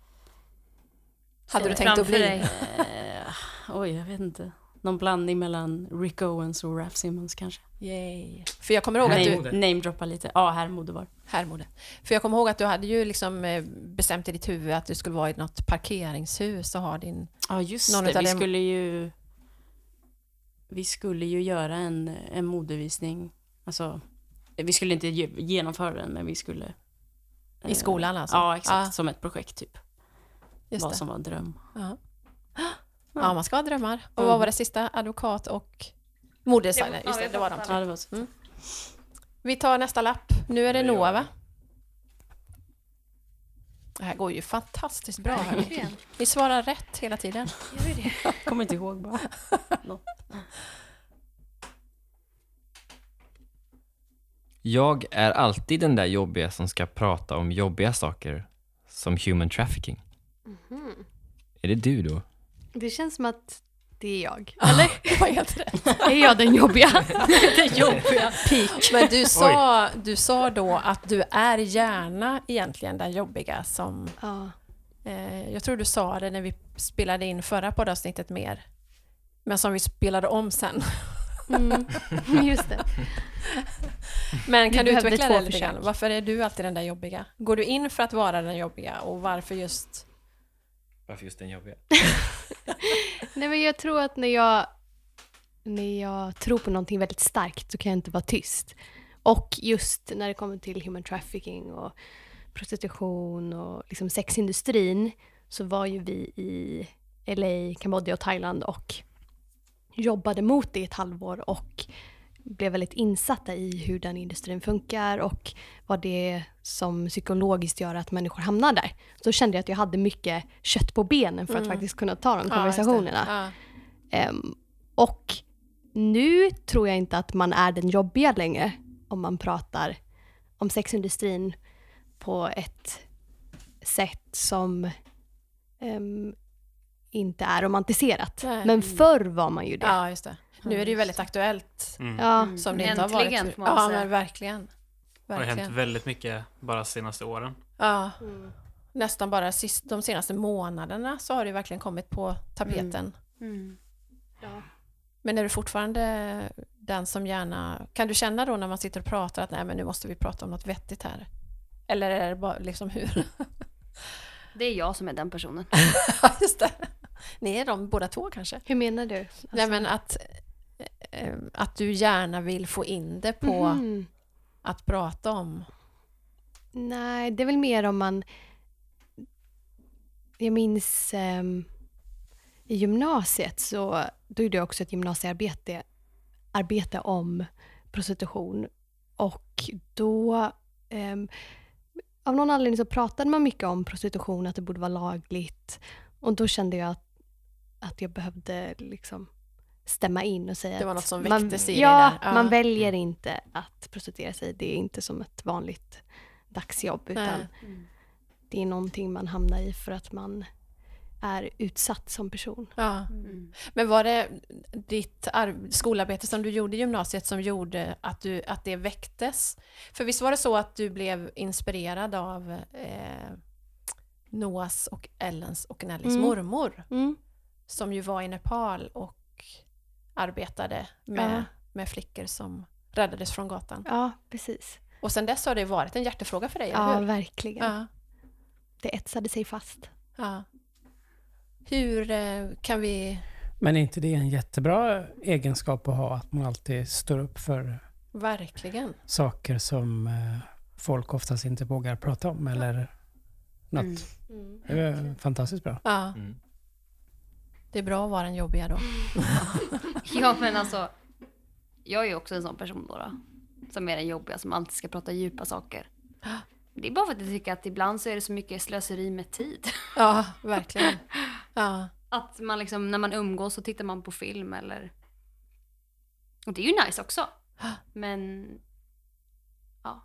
[SPEAKER 1] Hade du
[SPEAKER 2] Eh,
[SPEAKER 1] tänkt att
[SPEAKER 2] framför
[SPEAKER 1] bli?
[SPEAKER 2] dig.
[SPEAKER 8] Eh, oj, jag vet inte. Någon blandning mellan Rick Owens och Raf Simmons kanske.
[SPEAKER 1] Yay. För jag kommer ihåg att du...
[SPEAKER 8] Name, namedroppa lite. Ja, herrmode var det.
[SPEAKER 1] Härmode. För jag kommer ihåg att du hade ju liksom eh, bestämt i ditt huvud att du skulle vara i något parkeringshus och ha din...
[SPEAKER 8] Ja, just
[SPEAKER 1] Någon
[SPEAKER 8] det.
[SPEAKER 1] utav
[SPEAKER 8] Vi
[SPEAKER 1] dem-
[SPEAKER 8] skulle ju... Vi skulle ju göra en, en modevisning. Alltså, vi skulle inte ge- genomföra den, men vi skulle... eh,
[SPEAKER 1] I skolan alltså?
[SPEAKER 8] Mm. Ja, exakt.
[SPEAKER 1] Ja,
[SPEAKER 8] Som ett projekt typ.
[SPEAKER 1] just
[SPEAKER 8] Vad
[SPEAKER 1] det.
[SPEAKER 8] som var en dröm.
[SPEAKER 1] Ja. ja, man ska ha drömmar. Och vad var det sista? Advokat och modedesigner.
[SPEAKER 2] Det var-
[SPEAKER 1] Just det,
[SPEAKER 2] ja,
[SPEAKER 1] det var de två.
[SPEAKER 8] Ja, det var så.
[SPEAKER 1] Vi tar nästa lapp. Nu är det
[SPEAKER 4] Det gör
[SPEAKER 1] Noah, va?
[SPEAKER 4] vi.
[SPEAKER 1] Det här går ju fantastiskt bra. hörni.
[SPEAKER 2] Verkligen.
[SPEAKER 1] Ni svarar rätt hela tiden.
[SPEAKER 2] Gör vi det?
[SPEAKER 8] Kommer inte ihåg bara.
[SPEAKER 5] Jag är alltid den där jobbiga som ska prata om jobbiga saker, som human trafficking. Är det du då?
[SPEAKER 7] Det känns som att det är jag.
[SPEAKER 1] Det var helt rätt.
[SPEAKER 7] Är jag den jobbiga?
[SPEAKER 2] Det jobbiga.
[SPEAKER 1] Men du sa, du sa då att du är gärna egentligen den jobbiga som
[SPEAKER 7] Ja.
[SPEAKER 1] Eh, jag tror du sa det när vi spelade in förra poddavsnittet mer. Men som vi spelade om sen.
[SPEAKER 7] Mm. Just det.
[SPEAKER 1] Men
[SPEAKER 7] Vi
[SPEAKER 1] kan du
[SPEAKER 7] behövde
[SPEAKER 1] utveckla
[SPEAKER 7] två
[SPEAKER 1] det lite
[SPEAKER 7] försök.
[SPEAKER 1] grann? Varför är du alltid den där jobbiga? Går du in för att vara den jobbiga och varför just...
[SPEAKER 5] Varför just den jobbiga?
[SPEAKER 7] Nej, men jag tror att när jag, när jag tror på någonting väldigt starkt så kan jag inte vara tyst. Och just när det kommer till human trafficking och prostitution och liksom sexindustrin så var ju vi i LA, Kambodja och Thailand och jobbade mot det i ett halvår och blev väldigt insatta i hur den industrin funkar och vad det är som psykologiskt gör att människor hamnar där. Så kände jag att jag hade mycket kött på benen för att faktiskt kunna ta de konversationerna.
[SPEAKER 1] Ja,
[SPEAKER 7] Ehm, och nu tror jag inte att man är den jobbiga längre om man pratar om sexindustrin på ett sätt som ehm, inte är romantiserat.
[SPEAKER 1] Nej.
[SPEAKER 7] Men förr var man ju det.
[SPEAKER 1] ja, just det. Nu är det ju väldigt aktuellt.
[SPEAKER 4] mm.
[SPEAKER 7] Ja.
[SPEAKER 1] Som det inte har varit.
[SPEAKER 2] Äntligen, får man
[SPEAKER 1] Ja,
[SPEAKER 2] säga.
[SPEAKER 1] men verkligen.
[SPEAKER 4] Det har hänt
[SPEAKER 1] verkligen.
[SPEAKER 4] väldigt mycket bara senaste åren.
[SPEAKER 1] Ja. Nästan bara sist, de senaste månaderna så har det ju verkligen kommit på tapeten.
[SPEAKER 2] Mm.
[SPEAKER 1] Men är du fortfarande den som gärna... Kan du känna då när man sitter och pratar att nej men nu måste vi prata om något vettigt här? Eller är det bara liksom hur?
[SPEAKER 2] Det är jag som är den personen.
[SPEAKER 1] Ja, just det. Ni är de båda två kanske?
[SPEAKER 7] Hur menar du?
[SPEAKER 1] Nej men att, eh, att du gärna vill få in det på
[SPEAKER 7] Mhm.
[SPEAKER 1] att prata om.
[SPEAKER 7] Nej, det är väl mer om man... Jag minns ehm, i gymnasiet så då gjorde jag också ett gymnasiearbete arbete om prostitution. Och då ehm, av någon anledning så pratade man mycket om prostitution, att det borde vara lagligt. Och då kände jag att, att jag behövde liksom stämma in och säga
[SPEAKER 1] Det var något som
[SPEAKER 7] att man,
[SPEAKER 1] väcktes i dig
[SPEAKER 7] ja,
[SPEAKER 1] där. Ja. Mm.
[SPEAKER 7] man väljer inte att prostituera sig. Det är inte som ett vanligt dagsjobb utan
[SPEAKER 1] Nej.
[SPEAKER 2] Mm.
[SPEAKER 7] det är någonting man hamnar i för att man är utsatt som person.
[SPEAKER 1] Ja.
[SPEAKER 2] Mm.
[SPEAKER 1] Men var det ditt ar- skolarbete som du gjorde i gymnasiet som gjorde att, du, att det väcktes? För visst var det så att du blev inspirerad av eh, Noahs och Ellens och Nellys
[SPEAKER 7] Mm.
[SPEAKER 1] mormor
[SPEAKER 7] Mm.
[SPEAKER 1] som ju var i Nepal och arbetade med,
[SPEAKER 7] Ja.
[SPEAKER 1] med flickor som räddades från gatan.
[SPEAKER 7] Ja, precis.
[SPEAKER 1] Och sen dess har det varit en hjärtefråga för dig,
[SPEAKER 7] Ja,
[SPEAKER 1] eller hur?
[SPEAKER 7] verkligen.
[SPEAKER 1] Ja.
[SPEAKER 7] Det etsade sig fast.
[SPEAKER 1] Ja. Hur eh, kan vi
[SPEAKER 3] Men är inte det en jättebra egenskap att ha? Att man alltid står upp för
[SPEAKER 1] verkligen
[SPEAKER 3] saker som eh, folk oftast inte vågar prata om eller något.
[SPEAKER 1] Mm.
[SPEAKER 3] Det är fantastiskt bra.
[SPEAKER 1] Ja.
[SPEAKER 7] Mm.
[SPEAKER 1] Det är bra att vara den jobbiga då.
[SPEAKER 2] Ja men alltså, jag är ju också en sån person då, då. Som är den jobbiga, som alltid ska prata djupa saker. Det är bara för att jag tycker att ibland så är det så mycket slöseri med tid.
[SPEAKER 1] Ja, verkligen. Ja.
[SPEAKER 2] Att man liksom, när man umgås så tittar man på film eller... Och det är ju nice också. Men... Ja.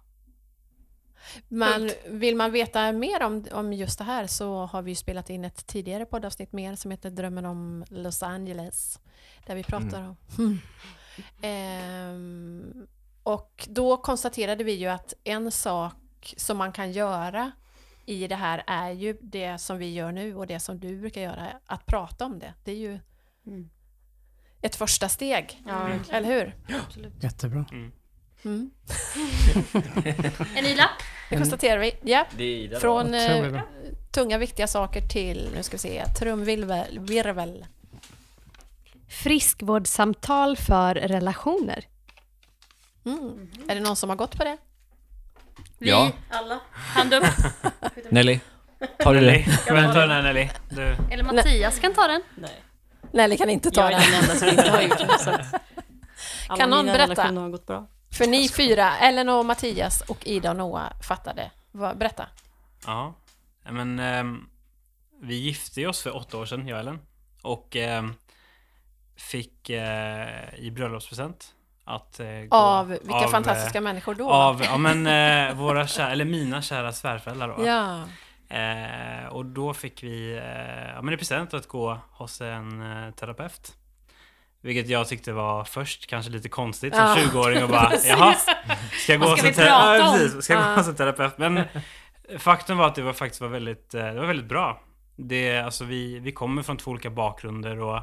[SPEAKER 1] Men vill man veta mer om, om just det här så har vi ju spelat in ett tidigare poddavsnitt mer som heter Drömmen om Los Angeles. Där vi pratar
[SPEAKER 9] Mm.
[SPEAKER 1] om... Hmm. Ehm, och då konstaterade vi ju att en sak som man kan göra i det här är ju det som vi gör nu och det som du brukar göra, att prata om det. Det är ju
[SPEAKER 2] Mm.
[SPEAKER 1] ett första steg,
[SPEAKER 2] Ja, verkligen.
[SPEAKER 1] eller hur?
[SPEAKER 3] Jättebra.
[SPEAKER 1] Mm.
[SPEAKER 2] En ny lapp.
[SPEAKER 1] Det konstaterar vi. Ja.
[SPEAKER 5] Det är Ida då.
[SPEAKER 1] Från
[SPEAKER 5] Otroligt
[SPEAKER 1] eh,
[SPEAKER 5] bra.
[SPEAKER 1] tunga viktiga saker till, nu ska vi se, trumvirvel. Virvel.
[SPEAKER 7] Friskvårdssamtal för relationer.
[SPEAKER 1] Mm. Är det någon som har gått på det?
[SPEAKER 5] Vi Ja.
[SPEAKER 2] alla. Hand upp.
[SPEAKER 5] Nelly, tar du
[SPEAKER 4] Nelly,
[SPEAKER 5] det?
[SPEAKER 4] vänta den här Nelly. Du.
[SPEAKER 2] Eller Mattias kan ta den.
[SPEAKER 8] Nej.
[SPEAKER 1] Nelly kan inte ta
[SPEAKER 8] Jag är den enda som inte har gjort det, så att alla
[SPEAKER 1] Kan någon
[SPEAKER 8] mina
[SPEAKER 1] berätta?
[SPEAKER 8] relationer har gått bra.
[SPEAKER 1] För ni fyra, Ellen och Mattias och Ida och Noah fattade. Vad- Berätta.
[SPEAKER 4] Ja. Nej, Men, ehm, vi gifte oss för åtta år sedan, jag och Ellen. Och ehm, fick eh, i bröllopspresent att eh, gå,
[SPEAKER 1] Av vilka fantastiska
[SPEAKER 4] eh,
[SPEAKER 1] människor då?
[SPEAKER 4] Av, ja men eh, våra kära, eller mina kära svärföräldrar då.
[SPEAKER 1] Ja.
[SPEAKER 4] Eh, och då fick vi eh, ja, men i present att gå hos en eh, terapeut. Vilket jag tyckte var först kanske lite konstigt som
[SPEAKER 9] Ja,
[SPEAKER 4] 20-åring och bara
[SPEAKER 9] precis.
[SPEAKER 4] jaha, ska jag gå
[SPEAKER 9] Vad
[SPEAKER 4] hos
[SPEAKER 9] ska
[SPEAKER 4] en
[SPEAKER 9] vi prata
[SPEAKER 4] terapeut? Ja,
[SPEAKER 9] om?
[SPEAKER 4] precis, ska jag gå
[SPEAKER 9] Ja.
[SPEAKER 4] hos en terapeut? Men faktum var att det var faktiskt var väldigt, eh, det var väldigt bra. Det, alltså vi, vi kommer från två olika bakgrunder och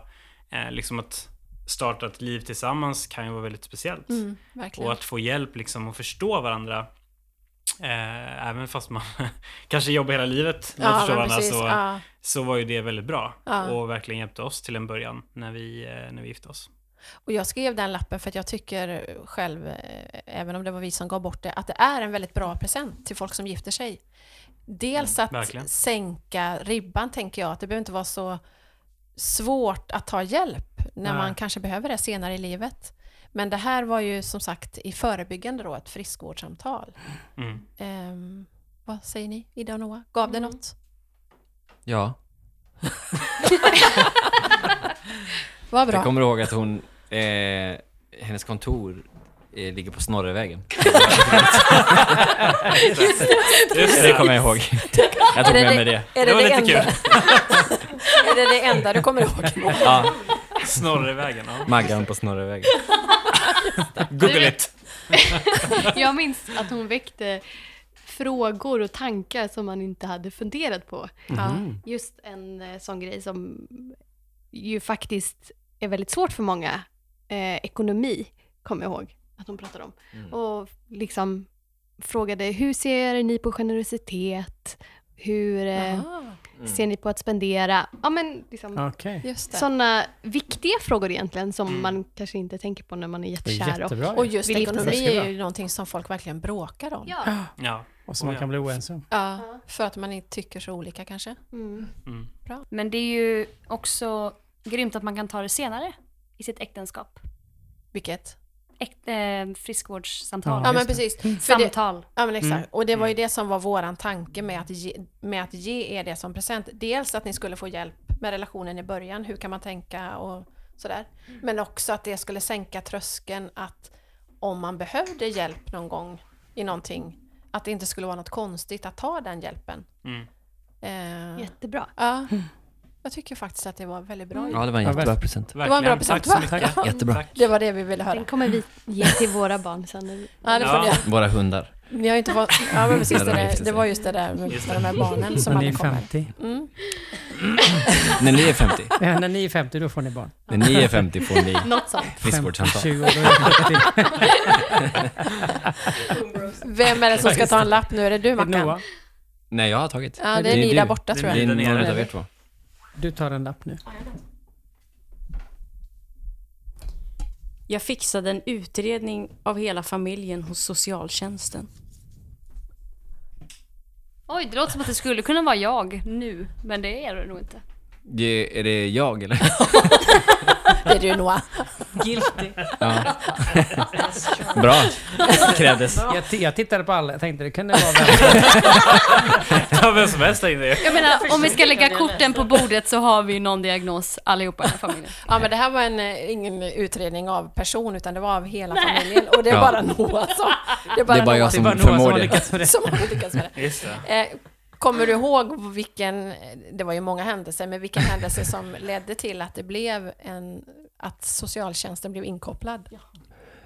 [SPEAKER 4] eh, liksom att starta ett liv tillsammans kan ju vara väldigt speciellt.
[SPEAKER 9] Mm, verkligen.
[SPEAKER 4] och att få hjälp liksom att förstå varandra Eh, även fast man kanske jobbar hela livet med
[SPEAKER 9] Ja,
[SPEAKER 4] att förstå
[SPEAKER 9] men
[SPEAKER 4] varandra
[SPEAKER 9] precis,
[SPEAKER 4] så,
[SPEAKER 9] ja.
[SPEAKER 4] så var ju det väldigt bra.
[SPEAKER 1] Ja.
[SPEAKER 4] Och verkligen hjälpte oss till en början när vi, eh, när vi gifte oss.
[SPEAKER 1] Och jag skrev den lappen för att jag tycker själv, eh, även om det var vi som gav bort det, att det är en väldigt bra present till folk som gifter sig. Dels
[SPEAKER 4] Mm,
[SPEAKER 1] att
[SPEAKER 4] verkligen.
[SPEAKER 1] sänka ribban, tänker jag. Att det behöver inte vara så svårt att ta hjälp när
[SPEAKER 4] Nej.
[SPEAKER 1] man kanske behöver det senare i livet. Men det här var ju som sagt i förebyggande då, ett friskvårdssamtal.
[SPEAKER 4] Mm.
[SPEAKER 1] Ehm, vad säger ni, Ida och Noah? Gav det något?
[SPEAKER 5] Ja.
[SPEAKER 1] Vad bra.
[SPEAKER 5] Jag kommer ihåg att hon, eh, hennes kontor eh, ligger på Snorrevägen.
[SPEAKER 9] Just det.
[SPEAKER 5] det kommer jag ihåg. Jag tog
[SPEAKER 1] Är det
[SPEAKER 5] med mig
[SPEAKER 1] det-
[SPEAKER 5] det.
[SPEAKER 1] är det Det var det lite enda? kul. är det det enda du kommer ihåg?
[SPEAKER 5] Ja.
[SPEAKER 4] Snorrevägen, ja.
[SPEAKER 5] Maggan på Snorrevägen.
[SPEAKER 4] Google it!
[SPEAKER 7] Jag minns att hon väckte frågor och tankar som man inte hade funderat på.
[SPEAKER 5] Mm.
[SPEAKER 9] Mhm.
[SPEAKER 7] Just en eh, sån grej som ju faktiskt är väldigt svårt för många. Eh, ekonomi, kommer jag ihåg att hon pratade om.
[SPEAKER 9] Mm.
[SPEAKER 7] Och liksom frågade, hur ser ni på generositet? Hur eh,
[SPEAKER 1] Ah.
[SPEAKER 9] Mm.
[SPEAKER 7] ser ni på att spendera? Ja, men liksom,
[SPEAKER 3] Okej. Just det.
[SPEAKER 7] sådana viktiga frågor egentligen som man kanske inte tänker på när man är jättekär
[SPEAKER 3] jättebra
[SPEAKER 7] och,
[SPEAKER 3] ju.
[SPEAKER 1] Och just
[SPEAKER 7] vill gifta sig.
[SPEAKER 1] ekonomi är ju någonting som folk verkligen bråkar om.
[SPEAKER 2] Ja.
[SPEAKER 4] Ja.
[SPEAKER 3] Och som man kan bli oense om.
[SPEAKER 1] Ja, för att man inte tycker så olika kanske.
[SPEAKER 4] Mm.
[SPEAKER 1] Bra.
[SPEAKER 2] Men det är ju också grymt att man kan ta det senare i sitt äktenskap.
[SPEAKER 1] Vilket?
[SPEAKER 2] äkt, eh, friskvårdssamtal.
[SPEAKER 1] Ja, men precis. För det-
[SPEAKER 2] Samtal.
[SPEAKER 1] Ja, men exakt.
[SPEAKER 2] Mm.
[SPEAKER 1] Och det var ju det som var våran tanke med att, ge, med att ge er det som present. Dels att ni skulle få hjälp med relationen i början, hur kan man tänka och sådär. Men också att det skulle sänka tröskeln att om man behövde hjälp någon gång i någonting, att det inte skulle vara något konstigt att ta den hjälpen.
[SPEAKER 4] Mm.
[SPEAKER 1] Eh,
[SPEAKER 7] Jättebra.
[SPEAKER 1] Ja. Jag tycker faktiskt att det var väldigt bra.
[SPEAKER 5] Ja, det var en jättebra present.
[SPEAKER 1] Det var en bra present, va? Ja.
[SPEAKER 5] Jättebra.
[SPEAKER 1] Det var det vi ville höra.
[SPEAKER 7] Den kommer vi ge till våra barn sen.
[SPEAKER 1] Ja, det får ni göra.
[SPEAKER 5] Våra hundar.
[SPEAKER 1] Ni har ju inte fått... Ja, men precis.
[SPEAKER 5] Ja,
[SPEAKER 1] Det,
[SPEAKER 5] de
[SPEAKER 1] där,
[SPEAKER 5] gifte
[SPEAKER 1] det
[SPEAKER 5] sig.
[SPEAKER 1] var just det där med
[SPEAKER 5] Just
[SPEAKER 1] med
[SPEAKER 5] det.
[SPEAKER 1] de här barnen som
[SPEAKER 3] När ni är
[SPEAKER 1] aldrig kommer.
[SPEAKER 3] 50.
[SPEAKER 1] Mm.
[SPEAKER 5] När ni är 50.
[SPEAKER 3] Ja, när ni är 50, då får ni barn.
[SPEAKER 5] När ni är 50 får ni
[SPEAKER 1] Något sånt.
[SPEAKER 5] friskvårdssamtal.
[SPEAKER 3] 20 år, då är det 70.
[SPEAKER 1] Vem är det som ska ta en lapp nu? Är det du, Mackan?
[SPEAKER 3] Noah,
[SPEAKER 5] Nej, jag har tagit.
[SPEAKER 1] Ja, det är ni
[SPEAKER 5] du.
[SPEAKER 1] där borta, tror jag.
[SPEAKER 5] Det
[SPEAKER 1] Där
[SPEAKER 5] är någon
[SPEAKER 1] nere.
[SPEAKER 5] utav er två.
[SPEAKER 3] du tar en lapp nu.
[SPEAKER 8] Jag fixade en utredning av hela familjen hos socialtjänsten.
[SPEAKER 2] Oj, det låter som att det skulle kunna vara jag nu, men det är det nog inte.
[SPEAKER 5] Det, är det jag eller?
[SPEAKER 1] Det är du, Noah.
[SPEAKER 8] Guilty.
[SPEAKER 5] Ja. Bra. Krävdes.
[SPEAKER 3] Jag, t- jag tittade på alla, jag tänkte det kunde vara vem
[SPEAKER 4] Ja, vem som helst där inne. ju.
[SPEAKER 2] Jag menar, om vi ska lägga korten
[SPEAKER 5] alltså.
[SPEAKER 2] på bordet så har vi någon diagnos allihopa i den här familjen.
[SPEAKER 1] Ja, men det här var en, eh, ingen utredning av person, utan det var av hela familjen. Och det är
[SPEAKER 5] Ja.
[SPEAKER 1] bara Noah som... Det är bara,
[SPEAKER 5] Det är bara
[SPEAKER 1] Noah
[SPEAKER 5] jag som
[SPEAKER 3] Det är bara Noah som
[SPEAKER 5] förmår
[SPEAKER 3] har
[SPEAKER 5] det.
[SPEAKER 3] lyckats med det.
[SPEAKER 1] som har lyckats med det.
[SPEAKER 4] Just det.
[SPEAKER 1] Eh, Kommer du ihåg vilken, det var ju många händelser, men vilken händelse som ledde till att det blev en, att socialtjänsten blev inkopplad?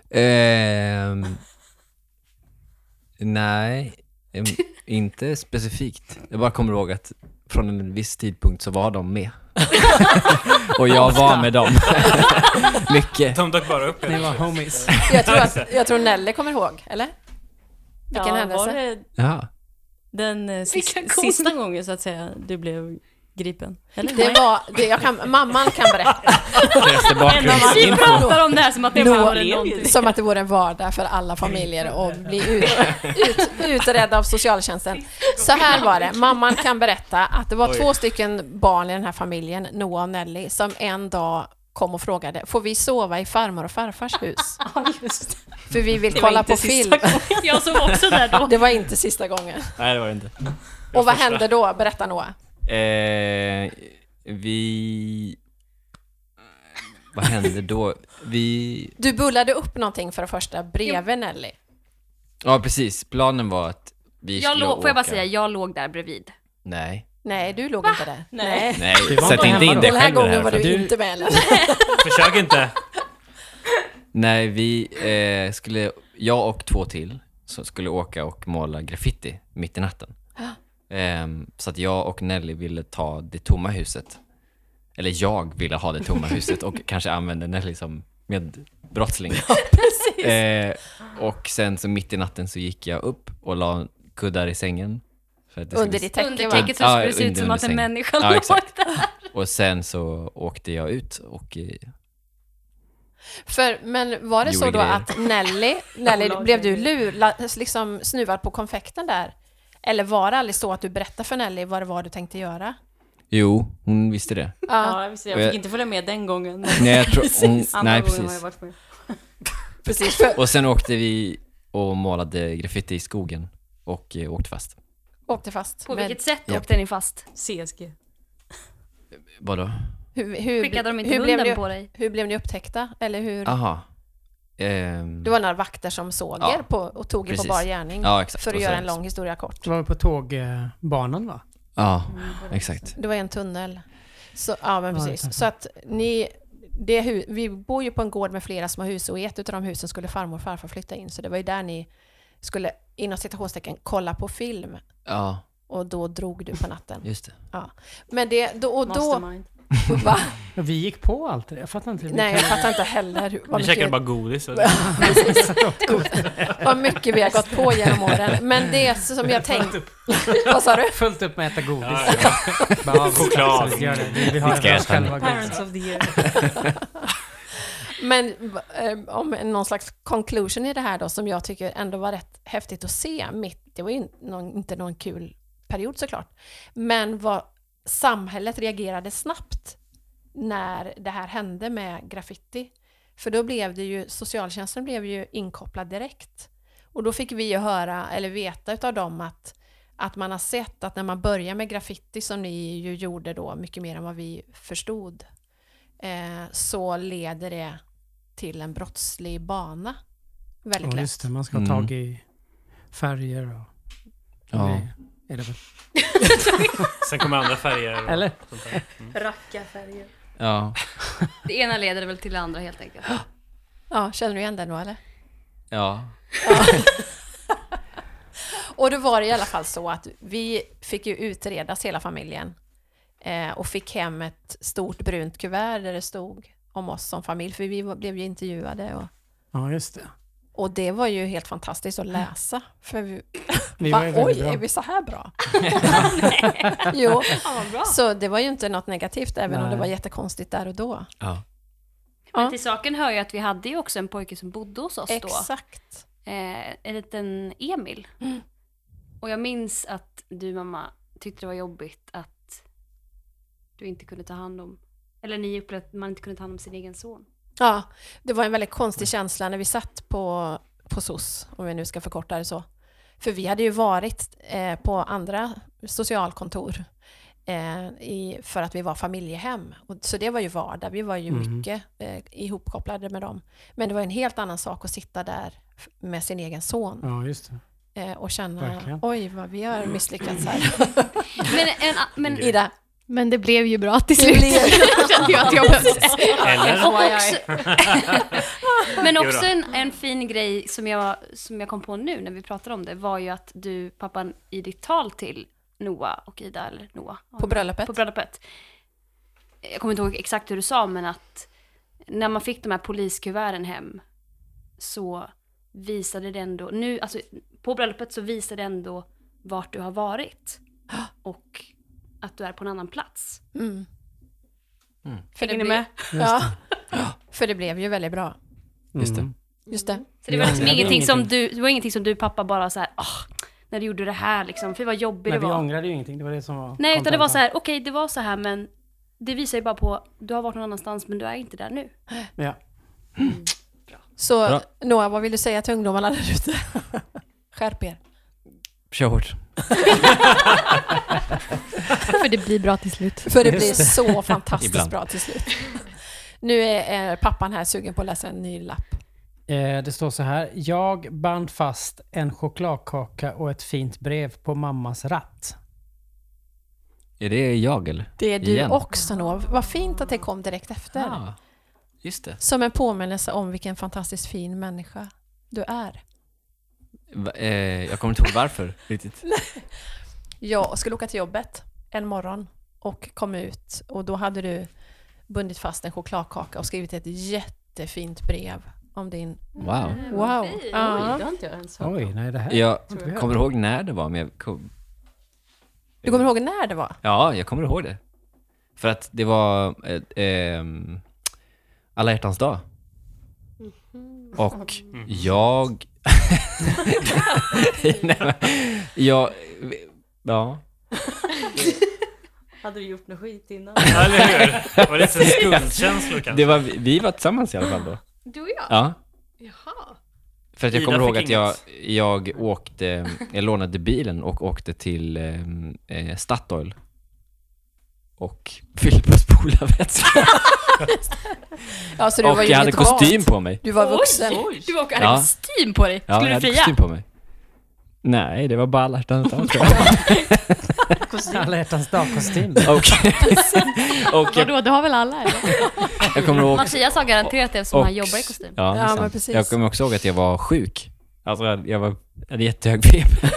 [SPEAKER 5] Ehm, nej, em, inte specifikt. Jag bara kommer ihåg att från en viss tidpunkt så var de med. Och jag var med dem. Mycket.
[SPEAKER 4] De dök bara upp.
[SPEAKER 3] Ni var homies.
[SPEAKER 1] Jag tror, att, jag tror Nelly kommer ihåg, eller? Vilken
[SPEAKER 8] Var
[SPEAKER 1] händelse?
[SPEAKER 8] det
[SPEAKER 5] Ja.
[SPEAKER 8] den eh, sis-
[SPEAKER 2] Vilka goda-
[SPEAKER 8] sista gången så att säga du blev gripen? Eller?
[SPEAKER 1] Det var, det, jag kan, mamman kan berätta,
[SPEAKER 5] Krävs det
[SPEAKER 2] Vi
[SPEAKER 5] bakgrundsinfo?
[SPEAKER 2] pratar om det här som att det
[SPEAKER 1] Noah
[SPEAKER 2] var
[SPEAKER 1] lever
[SPEAKER 2] någonting.
[SPEAKER 1] som att det vore en vardag för alla familjer att bli ut, ut, utredd av socialtjänsten. Så här var det, mamman kan berätta att det var
[SPEAKER 4] Oj.
[SPEAKER 1] två stycken barn i den här familjen, Noah och Nelly, som en dag kom och frågade, får vi sova i farmor och farfars hus?
[SPEAKER 8] Ja, just det.
[SPEAKER 1] För vi vill
[SPEAKER 8] Det var
[SPEAKER 1] kolla
[SPEAKER 8] inte
[SPEAKER 1] på
[SPEAKER 8] sista
[SPEAKER 1] film.
[SPEAKER 8] gången. Jag sov också där då.
[SPEAKER 1] Det var inte sista gången.
[SPEAKER 5] Nej, det var det inte.
[SPEAKER 1] Och vad hände då? Berätta Noah.
[SPEAKER 5] Eh, vi... Vad hände då? Vi...
[SPEAKER 1] Du bullade upp någonting för det första bredvid Nelly.
[SPEAKER 5] Ja, precis. Planen var att vi
[SPEAKER 2] Jag
[SPEAKER 5] skulle
[SPEAKER 2] låg, får jag bara
[SPEAKER 5] åka-
[SPEAKER 2] säga, jag låg där bredvid.
[SPEAKER 5] Nej.
[SPEAKER 1] Nej, du låg inte där.
[SPEAKER 8] Nej.
[SPEAKER 5] Nej,
[SPEAKER 3] var
[SPEAKER 5] sätt
[SPEAKER 3] inte hemma
[SPEAKER 5] inte in
[SPEAKER 3] då.
[SPEAKER 5] dig
[SPEAKER 1] Den här
[SPEAKER 5] själv i det
[SPEAKER 1] gången
[SPEAKER 5] här.
[SPEAKER 1] var du
[SPEAKER 5] fallet.
[SPEAKER 1] inte med eller?
[SPEAKER 4] Försök inte.
[SPEAKER 5] Nej, vi eh, skulle, jag och två till, så skulle åka och måla graffiti mitt i natten. Ehm, så att jag och Nelly ville ta det tomma huset. Eller jag ville ha det tomma huset och kanske använda Nelly som medbrottsling. Eh, och sen så mitt i natten så gick jag upp och la kuddar i sängen. För att det
[SPEAKER 1] Under
[SPEAKER 5] skulle-
[SPEAKER 1] ditt täcke
[SPEAKER 2] Under
[SPEAKER 1] va?
[SPEAKER 2] täcket så det
[SPEAKER 5] Ja,
[SPEAKER 2] skulle se ut
[SPEAKER 5] under
[SPEAKER 2] som att en
[SPEAKER 5] sängen.
[SPEAKER 2] människa
[SPEAKER 5] Ja,
[SPEAKER 2] låg
[SPEAKER 5] exakt.
[SPEAKER 2] där.
[SPEAKER 5] Och sen så åkte jag ut och eh,
[SPEAKER 1] För, men var det
[SPEAKER 5] Gjorde
[SPEAKER 1] så då
[SPEAKER 5] grejer.
[SPEAKER 1] att Nelly, Nelly blev du lur, la- liksom snuvad på konfekten där? Eller var det aldrig så att du berättade för Nelly vad det var du tänkte göra?
[SPEAKER 5] jo, hon visste det.
[SPEAKER 1] Ja,
[SPEAKER 8] Ja, visst, jag fick inte följa med den gången. men
[SPEAKER 5] Eh, Nej, jag tror, hon,
[SPEAKER 8] Andra
[SPEAKER 5] nej
[SPEAKER 8] gången har
[SPEAKER 5] precis.
[SPEAKER 8] jag varit med.
[SPEAKER 1] precis. För,
[SPEAKER 5] Och sen åkte vi och målade graffiti i skogen och eh, åkte fast.
[SPEAKER 1] åkte fast.
[SPEAKER 2] På
[SPEAKER 1] Men
[SPEAKER 2] vilket sätt
[SPEAKER 5] Ja.
[SPEAKER 2] åkte ni fast?
[SPEAKER 8] CSG.
[SPEAKER 5] Vadå?
[SPEAKER 1] hur, hur,
[SPEAKER 2] Skickade de inte
[SPEAKER 1] hur blev
[SPEAKER 2] hunden
[SPEAKER 1] ni,
[SPEAKER 2] på dig?
[SPEAKER 1] Hur blev ni upptäckta? Eller hur?
[SPEAKER 5] Aha. Ehm,
[SPEAKER 1] Det var några vakter som såg
[SPEAKER 5] Ja,
[SPEAKER 1] er på, och tog er
[SPEAKER 5] precis.
[SPEAKER 1] på bar gärning.
[SPEAKER 5] Ja, exakt.
[SPEAKER 1] För att
[SPEAKER 5] Och
[SPEAKER 1] göra
[SPEAKER 5] sen-
[SPEAKER 1] en lång historia kort.
[SPEAKER 3] Det var väl på tågbanan va?
[SPEAKER 5] Ja, exakt.
[SPEAKER 1] Mm, Det var en tunnel. Så, ja, men
[SPEAKER 3] Ja,
[SPEAKER 1] precis.
[SPEAKER 3] det är
[SPEAKER 1] så att ni, det hu- vi bor ju på en gård med flera små hus och i ett av de husen skulle farmor och farfar flytta in. Så det var ju där ni skulle, inom citationstecken, kolla på film.
[SPEAKER 5] Ja,
[SPEAKER 1] Och då drog du på natten.
[SPEAKER 5] just det.
[SPEAKER 1] Men det, då, och då...
[SPEAKER 8] Mastermind.
[SPEAKER 1] Va?
[SPEAKER 3] Vi gick på allt det där. jag fattar inte. hur vi
[SPEAKER 1] Nej, jag
[SPEAKER 3] kunde-
[SPEAKER 1] fattar inte heller hur- vad
[SPEAKER 4] Vi käkade
[SPEAKER 1] mycket,
[SPEAKER 4] bara godis. Och
[SPEAKER 1] vad mycket vi har gått på genom åren. Men det som jag tänkte... Vad sa du?
[SPEAKER 3] Fullt upp med att äta godis.
[SPEAKER 4] Ja,
[SPEAKER 3] Bara,
[SPEAKER 4] Choklad.
[SPEAKER 3] Vi, gör det. vi, vi har
[SPEAKER 5] Vi ska
[SPEAKER 3] oss
[SPEAKER 5] äta
[SPEAKER 3] själva godis.
[SPEAKER 8] Parents of the year.
[SPEAKER 1] Men va- eh, om en- någon slags conclusion i det här då, som jag tycker ändå var rätt häftigt att se mitt, det var ju in- någon, inte någon kul period såklart, men vad samhället reagerade snabbt när det här hände med graffiti. För då blev det ju, socialtjänsten blev ju inkopplad direkt. Och då fick vi ju höra, eller veta utav dem att, att man har sett att när man börjar med graffiti, som ni ju gjorde då, mycket mer än vad vi förstod, eh, så leder det till en brottslig bana. Väldigt
[SPEAKER 3] Och
[SPEAKER 1] lätt.
[SPEAKER 3] just det, man ska ha
[SPEAKER 5] Mm.
[SPEAKER 3] tag i färger och...
[SPEAKER 5] Ja.
[SPEAKER 3] Nej, är det väl.
[SPEAKER 4] Sen kommer andra färger. och
[SPEAKER 3] Eller?
[SPEAKER 4] sånt där. Mm.
[SPEAKER 2] Rackarfärger.
[SPEAKER 5] Ja.
[SPEAKER 2] Det ena leder väl till det andra helt enkelt.
[SPEAKER 1] Ja, känner du igen den då eller?
[SPEAKER 5] Ja.
[SPEAKER 1] Och då var det i alla fall så att vi fick ju utredas hela familjen eh, och fick hem ett stort brunt kuvert där det stod om oss som familj, för vi var- blev ju intervjuade. Och,
[SPEAKER 3] Ja, just det.
[SPEAKER 1] och det var ju helt fantastiskt att läsa. För vi,
[SPEAKER 3] Vi
[SPEAKER 1] Va,
[SPEAKER 3] var ju
[SPEAKER 1] oj,
[SPEAKER 3] väldigt bra.
[SPEAKER 1] är vi så här bra? jo. Så det var ju inte något negativt, även om
[SPEAKER 3] Nej.
[SPEAKER 1] det var jättekonstigt där och då.
[SPEAKER 5] ja.
[SPEAKER 1] Ja.
[SPEAKER 2] Men till saken hör ju att vi hade ju också en pojke som bodde hos oss då.
[SPEAKER 1] Exakt.
[SPEAKER 2] Eh, en liten Emil. Och jag minns att du mamma tyckte det var jobbigt att du inte kunde ta hand om, eller ni upplevde att man inte kunde ta hand om sin egen son.
[SPEAKER 1] Ja, det var en väldigt konstig känsla när vi satt på, på SOS, om vi nu ska förkorta det så. För vi hade ju varit eh, på andra socialkontor eh, i, för att vi var familjehem. Och, så det var ju vardag, vi var ju
[SPEAKER 3] Mhm.
[SPEAKER 1] mycket eh, ihopkopplade med dem. Men det var en helt annan sak att sitta där f- med sin egen son
[SPEAKER 3] Ja, just det.
[SPEAKER 1] eh, och känna
[SPEAKER 3] Mm. Verkligen.
[SPEAKER 1] oj vad vi har misslyckats här.
[SPEAKER 2] Men, en, men
[SPEAKER 1] Ida,
[SPEAKER 7] Men det blev ju bra till slut. Kände jag att jag måste
[SPEAKER 4] Eller?
[SPEAKER 2] Och också, men
[SPEAKER 4] Jodå.
[SPEAKER 2] också en, en fin grej som jag, som jag kom på nu när vi pratade om det var ju att du, pappan, i ditt tal till Noah och Ida, eller Noah,
[SPEAKER 1] på bröllopet.
[SPEAKER 2] på bröllopet. Jag kommer inte ihåg exakt hur du sa, men att när man fick de här poliskuverten hem så visade det ändå, nu, alltså på bröllopet så visade det ändå vart du har varit. Och att du är på en annan plats.
[SPEAKER 1] Mm.
[SPEAKER 5] Mm.
[SPEAKER 1] För, det
[SPEAKER 2] Är ni
[SPEAKER 1] blev,
[SPEAKER 2] med?
[SPEAKER 1] ja, för det blev ju väldigt bra.
[SPEAKER 5] Just det.
[SPEAKER 3] Mm.
[SPEAKER 1] Just det.
[SPEAKER 2] Så det var, liksom
[SPEAKER 3] ångrade
[SPEAKER 2] ingenting som
[SPEAKER 3] ingenting.
[SPEAKER 2] du, det var ingenting som du pappa bara så här, "Åh, när du gjorde det här liksom, för vad jobbig
[SPEAKER 3] Men
[SPEAKER 2] det
[SPEAKER 3] vi
[SPEAKER 2] var.
[SPEAKER 3] ångrade ju ingenting. Det var det som var
[SPEAKER 2] Nej, utan det var
[SPEAKER 3] kontentan.
[SPEAKER 2] så här, okej det var så här men det visar ju bara på, du har varit någon annanstans men du är inte där nu.
[SPEAKER 3] Ja.
[SPEAKER 1] Så
[SPEAKER 5] Bra.
[SPEAKER 1] Noah, vad vill du säga till ungdomarna där ute? Skärp er.
[SPEAKER 5] Kör hårt.
[SPEAKER 7] För det blir bra till slut.
[SPEAKER 1] För det blir så fantastiskt
[SPEAKER 5] Ibland.
[SPEAKER 1] bra till slut. Nu är eh, pappan här sugen på att läsa en ny lapp.
[SPEAKER 3] Eh, det står så här. Jag band fast en chokladkaka och ett fint brev på mammas ratt.
[SPEAKER 5] Är det jag eller?
[SPEAKER 1] Det är du
[SPEAKER 5] Igen. Ah.
[SPEAKER 1] också Noah. Vad fint att det kom direkt efter.
[SPEAKER 5] Ja. Just det.
[SPEAKER 1] Som en påminnelse om vilken fantastiskt fin människa du är.
[SPEAKER 5] Va- eh, jag kommer inte ihåg varför riktigt.
[SPEAKER 1] Jag skulle åka till jobbet en morgon och kom ut och då hade du bundit fast en chokladkaka och skrivit ett jättefint brev om din...
[SPEAKER 5] Wow.
[SPEAKER 1] Wow! Ja.
[SPEAKER 8] Oj, det har inte jag ens hört.
[SPEAKER 3] Oj, nej det här.
[SPEAKER 5] Jag
[SPEAKER 3] Tror jag.
[SPEAKER 5] kommer ihåg när det var, men jag kom...
[SPEAKER 1] Du kommer ihåg när det var?
[SPEAKER 5] Ja, jag kommer ihåg det. För att det var eh, ehm, alla hjärtans dag. Och
[SPEAKER 4] Mm.
[SPEAKER 5] jag... Nej, men, jag... Ja.
[SPEAKER 8] Hade du gjort något skit innan?
[SPEAKER 4] Ja, Eller hur? Det var lite skuldkänslor kanske.
[SPEAKER 5] Det var, vi var tillsammans i alla fall då.
[SPEAKER 2] Du och jag?
[SPEAKER 5] Ja.
[SPEAKER 6] Jaha.
[SPEAKER 5] För att jag
[SPEAKER 4] Ida
[SPEAKER 5] kommer ihåg
[SPEAKER 4] fick
[SPEAKER 5] att jag, jag åkte, jag lånade bilen och åkte till ehm, eh, Statoil och fyllde på spolarvätska.
[SPEAKER 1] Ja, så Ah, du
[SPEAKER 5] Och
[SPEAKER 1] var ju
[SPEAKER 5] jag hade
[SPEAKER 1] lite vat.
[SPEAKER 5] kostym på mig.
[SPEAKER 1] Du var vuxen.
[SPEAKER 10] Du var
[SPEAKER 5] Ja.
[SPEAKER 10] hade kostym på dig.
[SPEAKER 5] Ja, jag
[SPEAKER 10] Skulle du
[SPEAKER 5] hade
[SPEAKER 10] fria?
[SPEAKER 5] kostym på mig. Nej, det var bara alla hjärtans dag tror jag.
[SPEAKER 3] Alla hjärtans dag-kostym.
[SPEAKER 5] Och, och jag,
[SPEAKER 7] Vadå, det har väl alla? Eller?
[SPEAKER 5] jag kommer ihåg...
[SPEAKER 2] Mattias har garanterat det eftersom
[SPEAKER 5] och-
[SPEAKER 2] han jobbar i kostym.
[SPEAKER 5] Ja, det är
[SPEAKER 1] Ja,
[SPEAKER 5] sant.
[SPEAKER 1] men precis.
[SPEAKER 5] Jag kommer också ihåg att jag var sjuk. Alltså jag, jag var, jag hade jättehög feber.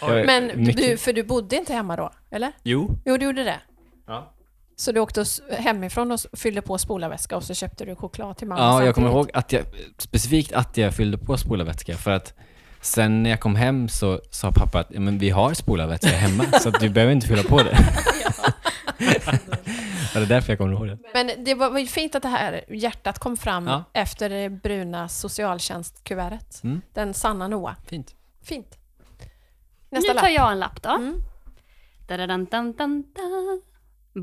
[SPEAKER 5] Jag-
[SPEAKER 1] Men
[SPEAKER 5] mycket-
[SPEAKER 1] du, för du bodde inte hemma då, eller?
[SPEAKER 5] Jo.
[SPEAKER 1] Jo, du gjorde det.
[SPEAKER 5] Ja.
[SPEAKER 1] Så du åkte s- hemifrån och s- fyllde på spolarväska och så köpte du choklad till mamma
[SPEAKER 5] Ja, jag
[SPEAKER 1] samtidigt.
[SPEAKER 5] kommer ihåg att jag, specifikt att jag fyllde på spolarvätska för att sen när jag kom hem så sa pappa att "Ja, men vi har spolarvätska hemma så att du behöver inte fylla på det. Ja, det är därför jag kommer ihåg det.
[SPEAKER 1] Men det var, var ju fint att det här hjärtat kom fram
[SPEAKER 5] Ja.
[SPEAKER 1] efter det bruna socialtjänstkuvertet.
[SPEAKER 5] Mm.
[SPEAKER 1] Den sanna Noah.
[SPEAKER 5] Fint.
[SPEAKER 1] Fint. Nästa
[SPEAKER 2] nu tar
[SPEAKER 1] lapp.
[SPEAKER 2] jag en lapp då.
[SPEAKER 1] Mm.
[SPEAKER 2] Dun, dun, dun, dun.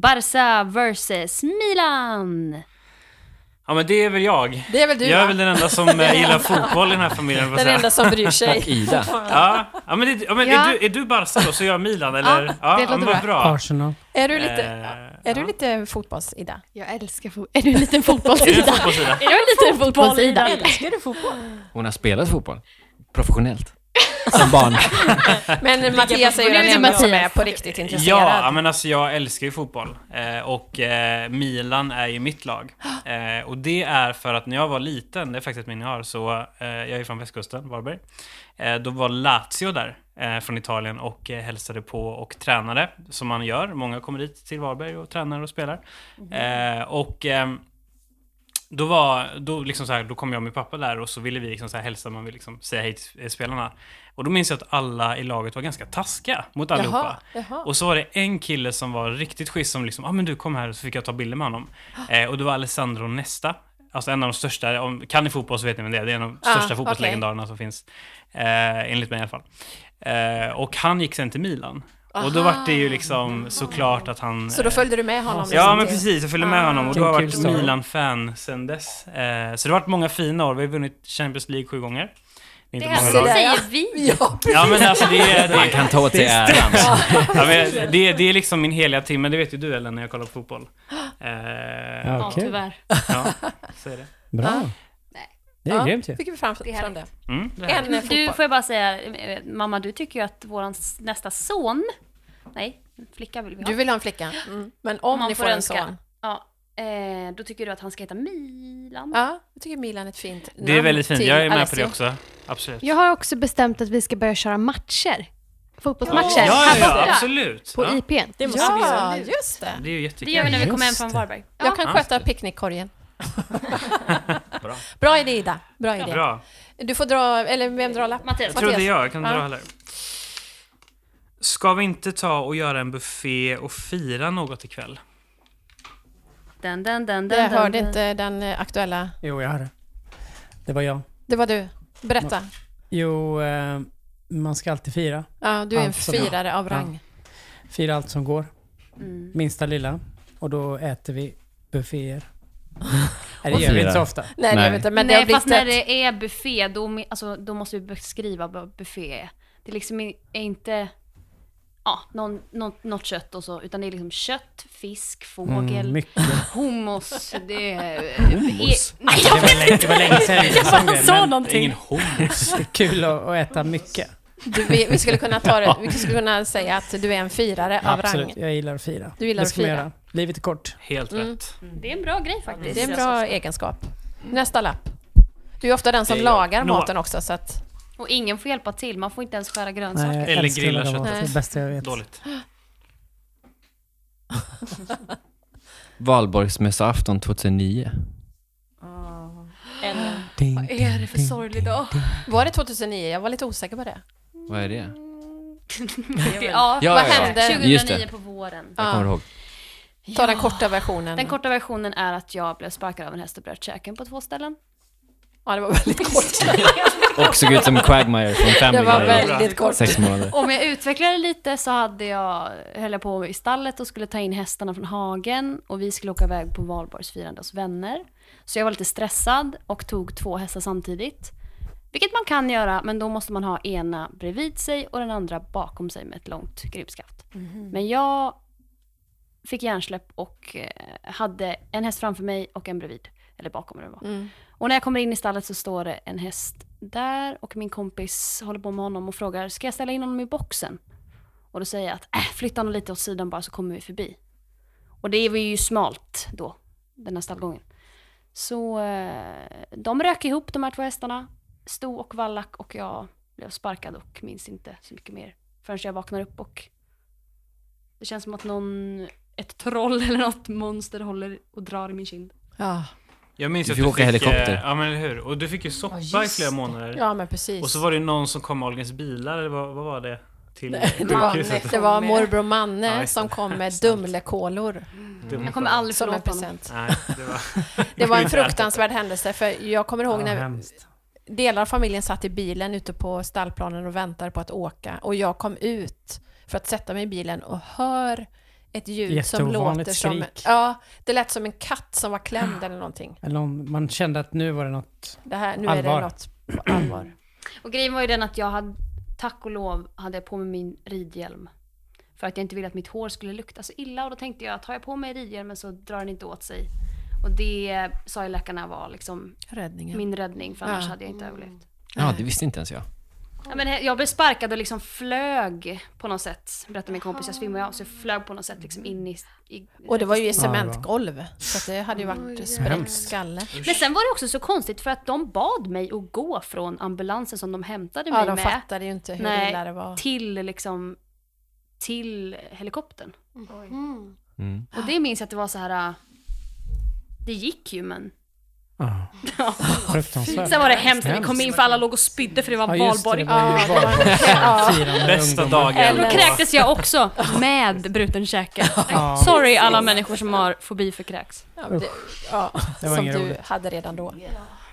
[SPEAKER 2] Barca versus Milan.
[SPEAKER 4] Ja men det är väl jag.
[SPEAKER 1] Det är väl du,
[SPEAKER 4] Jag
[SPEAKER 1] va?
[SPEAKER 4] är väl den enda som eh, gillar fotboll i den här familjen. får jag
[SPEAKER 1] Den
[SPEAKER 4] säga.
[SPEAKER 1] enda som bryr sig. Och Ida.
[SPEAKER 4] Ja, ja men, det, ja, men
[SPEAKER 1] Ja.
[SPEAKER 4] Är, du, är du Barca då så är jag Milan eller?
[SPEAKER 1] Ja,
[SPEAKER 4] Ja,
[SPEAKER 1] det
[SPEAKER 4] ja,
[SPEAKER 1] låter
[SPEAKER 4] men vad
[SPEAKER 1] bra.
[SPEAKER 3] Arsenal.
[SPEAKER 1] Är du lite,
[SPEAKER 4] Eh,
[SPEAKER 1] är du lite fotbolls-Ida?
[SPEAKER 7] Jag älskar fotboll. Är du en liten fotbollsida?
[SPEAKER 5] Är du en fotbollsida?
[SPEAKER 7] Jag är en liten fotbollsida.
[SPEAKER 8] Älskar du fotboll?
[SPEAKER 5] Hon har spelat fotboll. Professionellt. Som barn.
[SPEAKER 1] Men Mattias är ju
[SPEAKER 7] Nu är
[SPEAKER 1] den
[SPEAKER 7] det
[SPEAKER 1] enda som är
[SPEAKER 7] Mattias.
[SPEAKER 1] på riktigt intresserad.
[SPEAKER 4] Ja, ja, men alltså jag älskar ju fotboll. Eh, och eh, Milan är ju mitt lag. Eh, och det är för att när jag var liten, det är faktiskt ett minne jag har, så eh, jag är från västkusten, Varberg. Eh, då var Lazio där eh, från Italien och eh, hälsade på och tränade, som man gör. Många kommer dit till Varberg och tränar och spelar.
[SPEAKER 1] Mhm.
[SPEAKER 4] Eh, och ehm, då var, då liksom så här, då kom jag och min pappa där och så ville vi liksom så här hälsa, man vill liksom säga hej till eh, spelarna. Och då minns jag att alla i laget var ganska taskiga mot allihopa.
[SPEAKER 1] jaha.
[SPEAKER 4] Och så var det en kille som var riktigt schysst som liksom, ah, men du kom här och så fick jag ta bilder med honom. Eh, och det var Alessandro Nesta. Alltså en av de största, om, kan ni fotboll så vet ni vem det är. Det är en av de
[SPEAKER 1] Ah,
[SPEAKER 4] största
[SPEAKER 1] okej.
[SPEAKER 4] fotbollslegendarerna som finns. Eh, enligt mig i alla fall. Eh, och han gick sen till Milan. Och då
[SPEAKER 1] Aha.
[SPEAKER 4] var det ju liksom såklart att han... eh,
[SPEAKER 1] Så då följde du med honom?
[SPEAKER 4] Ja,
[SPEAKER 1] liksom
[SPEAKER 4] men
[SPEAKER 1] till-
[SPEAKER 4] precis. Jag följde med honom och då har jag
[SPEAKER 3] Vilken
[SPEAKER 4] varit
[SPEAKER 3] kul story.
[SPEAKER 4] Milan-fan sen dess. Eh, så det har varit många fina år. Vi har vunnit Champions League sju gånger. Det är
[SPEAKER 2] Det
[SPEAKER 4] inte
[SPEAKER 2] här
[SPEAKER 4] många lag.
[SPEAKER 2] säger vi.
[SPEAKER 1] Ja,
[SPEAKER 4] Ja, men alltså det är... Det
[SPEAKER 5] Man
[SPEAKER 4] är
[SPEAKER 5] kan ta åt sig äran.
[SPEAKER 4] Ja, men det, det är liksom min heliga timme, det vet ju du Ellen när jag kollar på fotboll. Eh,
[SPEAKER 3] Ja,
[SPEAKER 2] Ja,
[SPEAKER 3] Okej.
[SPEAKER 2] tyvärr.
[SPEAKER 4] ja, så är det.
[SPEAKER 3] Bra. Det är
[SPEAKER 1] Ja,
[SPEAKER 3] grymt ju.
[SPEAKER 1] fick vi fram,
[SPEAKER 2] Det är
[SPEAKER 1] fram det.
[SPEAKER 4] Mm, det här.
[SPEAKER 1] En eh,
[SPEAKER 2] Du,
[SPEAKER 1] fotboll.
[SPEAKER 2] får jag bara säga, eh, mamma, du tycker ju att våran s- nästa son, nej, flicka vill vi ha.
[SPEAKER 1] Du vill ha en flicka? Mm. Men om
[SPEAKER 2] man
[SPEAKER 1] ni
[SPEAKER 2] får
[SPEAKER 1] får en
[SPEAKER 2] önska.
[SPEAKER 1] son?
[SPEAKER 2] Ja, eh, då tycker du att han ska heta Milan?
[SPEAKER 1] Ja, jag tycker Milan är ett fint namn
[SPEAKER 4] Det är väldigt fint,
[SPEAKER 1] till
[SPEAKER 4] jag är med på
[SPEAKER 1] Alessio.
[SPEAKER 4] det också. Absolut.
[SPEAKER 7] Jag har också bestämt att vi ska börja köra matcher. Fotbollsmatcher.
[SPEAKER 4] Ja, ja,
[SPEAKER 7] här
[SPEAKER 4] ja
[SPEAKER 7] borta.
[SPEAKER 4] absolut.
[SPEAKER 7] På
[SPEAKER 4] Ja,
[SPEAKER 7] IPn.
[SPEAKER 8] Det måste vi
[SPEAKER 1] Ja,
[SPEAKER 8] göra.
[SPEAKER 1] just det.
[SPEAKER 4] det är ju
[SPEAKER 2] Det gör vi
[SPEAKER 4] jättekul.
[SPEAKER 2] när vi kommer hem
[SPEAKER 3] Just
[SPEAKER 2] från
[SPEAKER 3] det.
[SPEAKER 2] Varberg.
[SPEAKER 1] Jag kan
[SPEAKER 4] Ja,
[SPEAKER 1] sköta
[SPEAKER 4] just det.
[SPEAKER 1] picknickkorgen. Bra. Bra idé, Ida. Bra idé.
[SPEAKER 4] Bra.
[SPEAKER 1] Du får dra, eller vem drar lappen?
[SPEAKER 2] Mattias.
[SPEAKER 4] Jag tror det är
[SPEAKER 1] Mattias.
[SPEAKER 4] jag, jag kan
[SPEAKER 1] Ja.
[SPEAKER 4] dra här. Ska vi inte ta och göra en buffé och fira något ikväll?
[SPEAKER 2] Den, den, den, den,
[SPEAKER 1] Jag
[SPEAKER 2] den,
[SPEAKER 1] hörde
[SPEAKER 2] den.
[SPEAKER 1] inte den eh, aktuella.
[SPEAKER 3] Jo, jag har det. Det var jag.
[SPEAKER 1] Det var du. Berätta.
[SPEAKER 3] Jo, eh, man ska alltid fira.
[SPEAKER 1] Ja, du är en
[SPEAKER 3] Allt som-
[SPEAKER 1] firare av rang.
[SPEAKER 3] Fira allt som går.
[SPEAKER 2] Mm.
[SPEAKER 3] Minsta lilla. Och då äter vi bufféer. Nej, det
[SPEAKER 5] Och
[SPEAKER 3] gör vi
[SPEAKER 5] fira.
[SPEAKER 3] inte så ofta.
[SPEAKER 1] Nej, det
[SPEAKER 5] Nej.
[SPEAKER 1] jag vet inte. Men det har
[SPEAKER 2] Nej,
[SPEAKER 1] blivit
[SPEAKER 2] fast när
[SPEAKER 1] ett...
[SPEAKER 2] det är buffé, då, me- alltså, då måste vi beskriva vad buffé är. Det liksom är är inte ja, någon, något, något kött och så, utan det är liksom kött, fisk, fågel,
[SPEAKER 3] Mm, mycket.
[SPEAKER 2] hummus. Det är... Mm,
[SPEAKER 5] Hummus?
[SPEAKER 2] Nej,
[SPEAKER 3] Det var, länge, det var länge sedan jag såg det, men
[SPEAKER 4] Ingen hummus.
[SPEAKER 3] det är kul att, att äta mycket.
[SPEAKER 1] Du, vi, vi, skulle kunna ta det, vi skulle kunna säga att du är en firare av
[SPEAKER 3] Absolut,
[SPEAKER 1] rang.
[SPEAKER 3] jag gillar att fira.
[SPEAKER 1] Du gillar
[SPEAKER 3] det
[SPEAKER 1] att
[SPEAKER 3] ska man
[SPEAKER 1] fira.
[SPEAKER 3] göra. Livet är kort.
[SPEAKER 4] Helt
[SPEAKER 1] Mm.
[SPEAKER 4] rätt.
[SPEAKER 2] Det är en bra grej faktiskt. Alltså,
[SPEAKER 1] Det är en bra egenskap. Nästa lapp. Du är ofta den som
[SPEAKER 4] Det är jag.
[SPEAKER 1] lagar
[SPEAKER 4] Noah.
[SPEAKER 1] maten också, så att...
[SPEAKER 2] Och ingen får hjälpa till, man får inte ens skära grönsaker.
[SPEAKER 3] Nej, jag
[SPEAKER 4] Eller
[SPEAKER 3] älskar att
[SPEAKER 4] grilla
[SPEAKER 3] laga
[SPEAKER 4] kött.
[SPEAKER 3] mat. Det är det bästa jag vet.
[SPEAKER 4] Dåligt.
[SPEAKER 5] Valborgsmässoafton 2009.
[SPEAKER 2] Ah.
[SPEAKER 8] Eller,
[SPEAKER 3] Ding,
[SPEAKER 10] Vad är det för
[SPEAKER 3] ding,
[SPEAKER 10] sorglig
[SPEAKER 3] ding,
[SPEAKER 10] dag?
[SPEAKER 3] ding.
[SPEAKER 1] Var det 2009? Jag var lite osäker på det.
[SPEAKER 5] Vad är det?
[SPEAKER 2] Ja,
[SPEAKER 5] Ja,
[SPEAKER 1] Vad ja, ja. hände?
[SPEAKER 5] Just
[SPEAKER 2] 2009
[SPEAKER 5] det.
[SPEAKER 2] på våren.
[SPEAKER 5] Jag kommer
[SPEAKER 1] Ja.
[SPEAKER 5] ihåg.
[SPEAKER 1] Ta den korta versionen.
[SPEAKER 2] Den korta versionen är att jag blev sparkad av en häst och bröt käken på två ställen.
[SPEAKER 1] Ja, det var väldigt kort.
[SPEAKER 5] Och såg ut som Quagmire från
[SPEAKER 1] Det
[SPEAKER 5] Family
[SPEAKER 1] var
[SPEAKER 5] Guy.
[SPEAKER 1] väldigt kort.
[SPEAKER 5] Sex månader.
[SPEAKER 2] Om jag utvecklade lite så hade jag, höll jag på i stallet och skulle ta in hästarna från hagen och vi skulle åka iväg på valborgsfirande hos vänner. Så jag var lite stressad och tog två hästar samtidigt. Vilket man kan göra, men då måste man ha ena bredvid sig och den andra bakom sig med ett långt gripskaft. Men jag fick hjärnsläpp och eh, hade en häst framför mig och en bredvid, eller bakom eller vad det var.
[SPEAKER 1] Mm.
[SPEAKER 2] Och när jag kommer in i stallet så står det en häst där och min kompis håller på med honom och frågar ska jag ställa in honom i boxen? Och då säger jag att äh, flytta honom lite åt sidan bara så kommer vi förbi. Och det var ju smalt då, den här stallgången. Så eh, de rök ihop de här två hästarna, Sto och Vallack och jag blev sparkad och minns inte så mycket mer förrän jag vaknar upp och det känns som att någon, ett troll eller något monster håller och drar i min kind.
[SPEAKER 1] Ja.
[SPEAKER 4] Jag minns
[SPEAKER 5] Du
[SPEAKER 4] att
[SPEAKER 5] fick åka
[SPEAKER 4] eh,
[SPEAKER 5] helikopter.
[SPEAKER 4] Ja, men eller hur. Och du fick ju soppa i flera månader.
[SPEAKER 1] ja, men precis.
[SPEAKER 4] Och så var det ju någon som kom med Ahlgrens bilar, eller vad, vad var det? Till
[SPEAKER 1] det,
[SPEAKER 4] sjukhuset.
[SPEAKER 1] var, det var morbror
[SPEAKER 4] Ja,
[SPEAKER 1] Manne
[SPEAKER 4] just det.
[SPEAKER 1] som kom med dumlekolor
[SPEAKER 4] Dumt
[SPEAKER 2] Jag kommer
[SPEAKER 4] av-
[SPEAKER 2] aldrig
[SPEAKER 1] Mm. som en
[SPEAKER 2] förlåta honom.
[SPEAKER 1] present.
[SPEAKER 4] Nej, det var...
[SPEAKER 1] Det var en fruktansvärd händelse, för jag kommer ihåg
[SPEAKER 3] Ja,
[SPEAKER 1] när
[SPEAKER 3] hemskt.
[SPEAKER 1] delar av familjen satt i bilen ute på stallplanen och väntade på att åka. Och jag kom ut för att sätta mig i bilen och hör ett ljud som
[SPEAKER 3] Jätteovanligt
[SPEAKER 1] låter som...
[SPEAKER 3] skrik.
[SPEAKER 1] Ja, det lät som en katt som var klämd eller någonting.
[SPEAKER 3] Eller om man kände att nu var det något
[SPEAKER 1] Det här, nu är
[SPEAKER 3] allvar.
[SPEAKER 1] det något på allvar.
[SPEAKER 2] Och grejen var ju den att jag hade, tack och lov, hade jag på mig min ridhjälm. För att jag inte ville att mitt hår skulle lukta så illa och då tänkte jag att har jag på mig ridhjälmen så drar den inte åt sig. Och det sa ju läkarna var liksom
[SPEAKER 1] Räddningen.
[SPEAKER 2] min räddning för annars
[SPEAKER 1] Ja.
[SPEAKER 2] hade jag inte
[SPEAKER 7] Mm.
[SPEAKER 2] överlevt.
[SPEAKER 5] Ja, det visste inte ens jag.
[SPEAKER 2] Ja, men he- jag blev sparkad och liksom flög på något sätt, berättade min kompis, jag svimmade av så jag flög på något sätt liksom in i... i
[SPEAKER 1] Och det var ju i
[SPEAKER 3] Ja, det var-
[SPEAKER 1] cementgolv, så att det hade ju varit spräckt
[SPEAKER 3] Hemskt.
[SPEAKER 1] skalle.
[SPEAKER 2] Men sen var det också så konstigt för att de bad mig att gå från ambulansen som de hämtade mig
[SPEAKER 1] Ja, de
[SPEAKER 2] med.
[SPEAKER 1] fattade ju inte hur
[SPEAKER 2] Nej.
[SPEAKER 1] illa det var.
[SPEAKER 2] till liksom till helikoptern.
[SPEAKER 7] Hum,
[SPEAKER 6] Mm.
[SPEAKER 5] Mm.
[SPEAKER 2] Och det minns jag att det var så här. äh, Det gick ju men.
[SPEAKER 3] ah,
[SPEAKER 2] Ja.
[SPEAKER 3] fruktansvärt.
[SPEAKER 2] Sen var det hemskt när vi kom in för alla låg och spydde för det var
[SPEAKER 3] Ja, just det,
[SPEAKER 2] valborg.
[SPEAKER 3] det var ju
[SPEAKER 1] Ja, det var-
[SPEAKER 3] valborg. Firande
[SPEAKER 4] Bästa
[SPEAKER 3] ungdomar.
[SPEAKER 4] dagen.
[SPEAKER 2] Då kräktes jag också med bruten käke.
[SPEAKER 3] Ja.
[SPEAKER 2] Sorry alla människor som har fobi för kräks.
[SPEAKER 1] Ja, men det, ja,
[SPEAKER 3] Det var
[SPEAKER 1] som
[SPEAKER 3] inget
[SPEAKER 1] du
[SPEAKER 3] roligt.
[SPEAKER 1] hade redan då.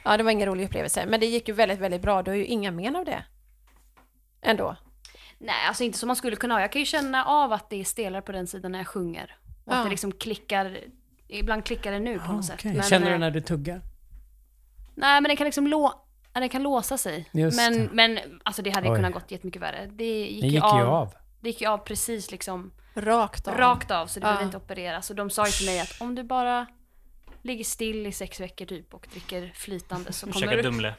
[SPEAKER 1] Ja, det var ingen rolig upplevelse. Men det gick ju väldigt, väldigt bra. Du har ju inga men av det. Ändå.
[SPEAKER 2] Nej, alltså inte som man skulle kunna ha. Jag kan ju känna av att det är stelare på den sidan när jag sjunger. Och
[SPEAKER 1] Ja.
[SPEAKER 2] att det liksom klickar. Ibland klickar det nu på något
[SPEAKER 3] Ah,
[SPEAKER 2] sätt.
[SPEAKER 3] okej.
[SPEAKER 2] Men,
[SPEAKER 3] Känner
[SPEAKER 2] eh,
[SPEAKER 3] du när du tuggar?
[SPEAKER 2] Nej, men den kan liksom lå- ja, den kan låsa sig.
[SPEAKER 3] Just
[SPEAKER 2] men,
[SPEAKER 3] det.
[SPEAKER 2] men alltså det hade ju
[SPEAKER 3] Oj.
[SPEAKER 2] kunnat gått jättemycket värre. Det gick,
[SPEAKER 3] Det gick ju
[SPEAKER 2] av,
[SPEAKER 3] av.
[SPEAKER 2] Det gick ju av precis liksom
[SPEAKER 1] Rakt av.
[SPEAKER 2] rakt av så det
[SPEAKER 1] Ja.
[SPEAKER 2] behövde inte opereras. Och de sa ju till mig att om du bara ligger still i sex veckor typ och dricker flytande så kommer,
[SPEAKER 4] Käka
[SPEAKER 2] du,
[SPEAKER 4] Dumle.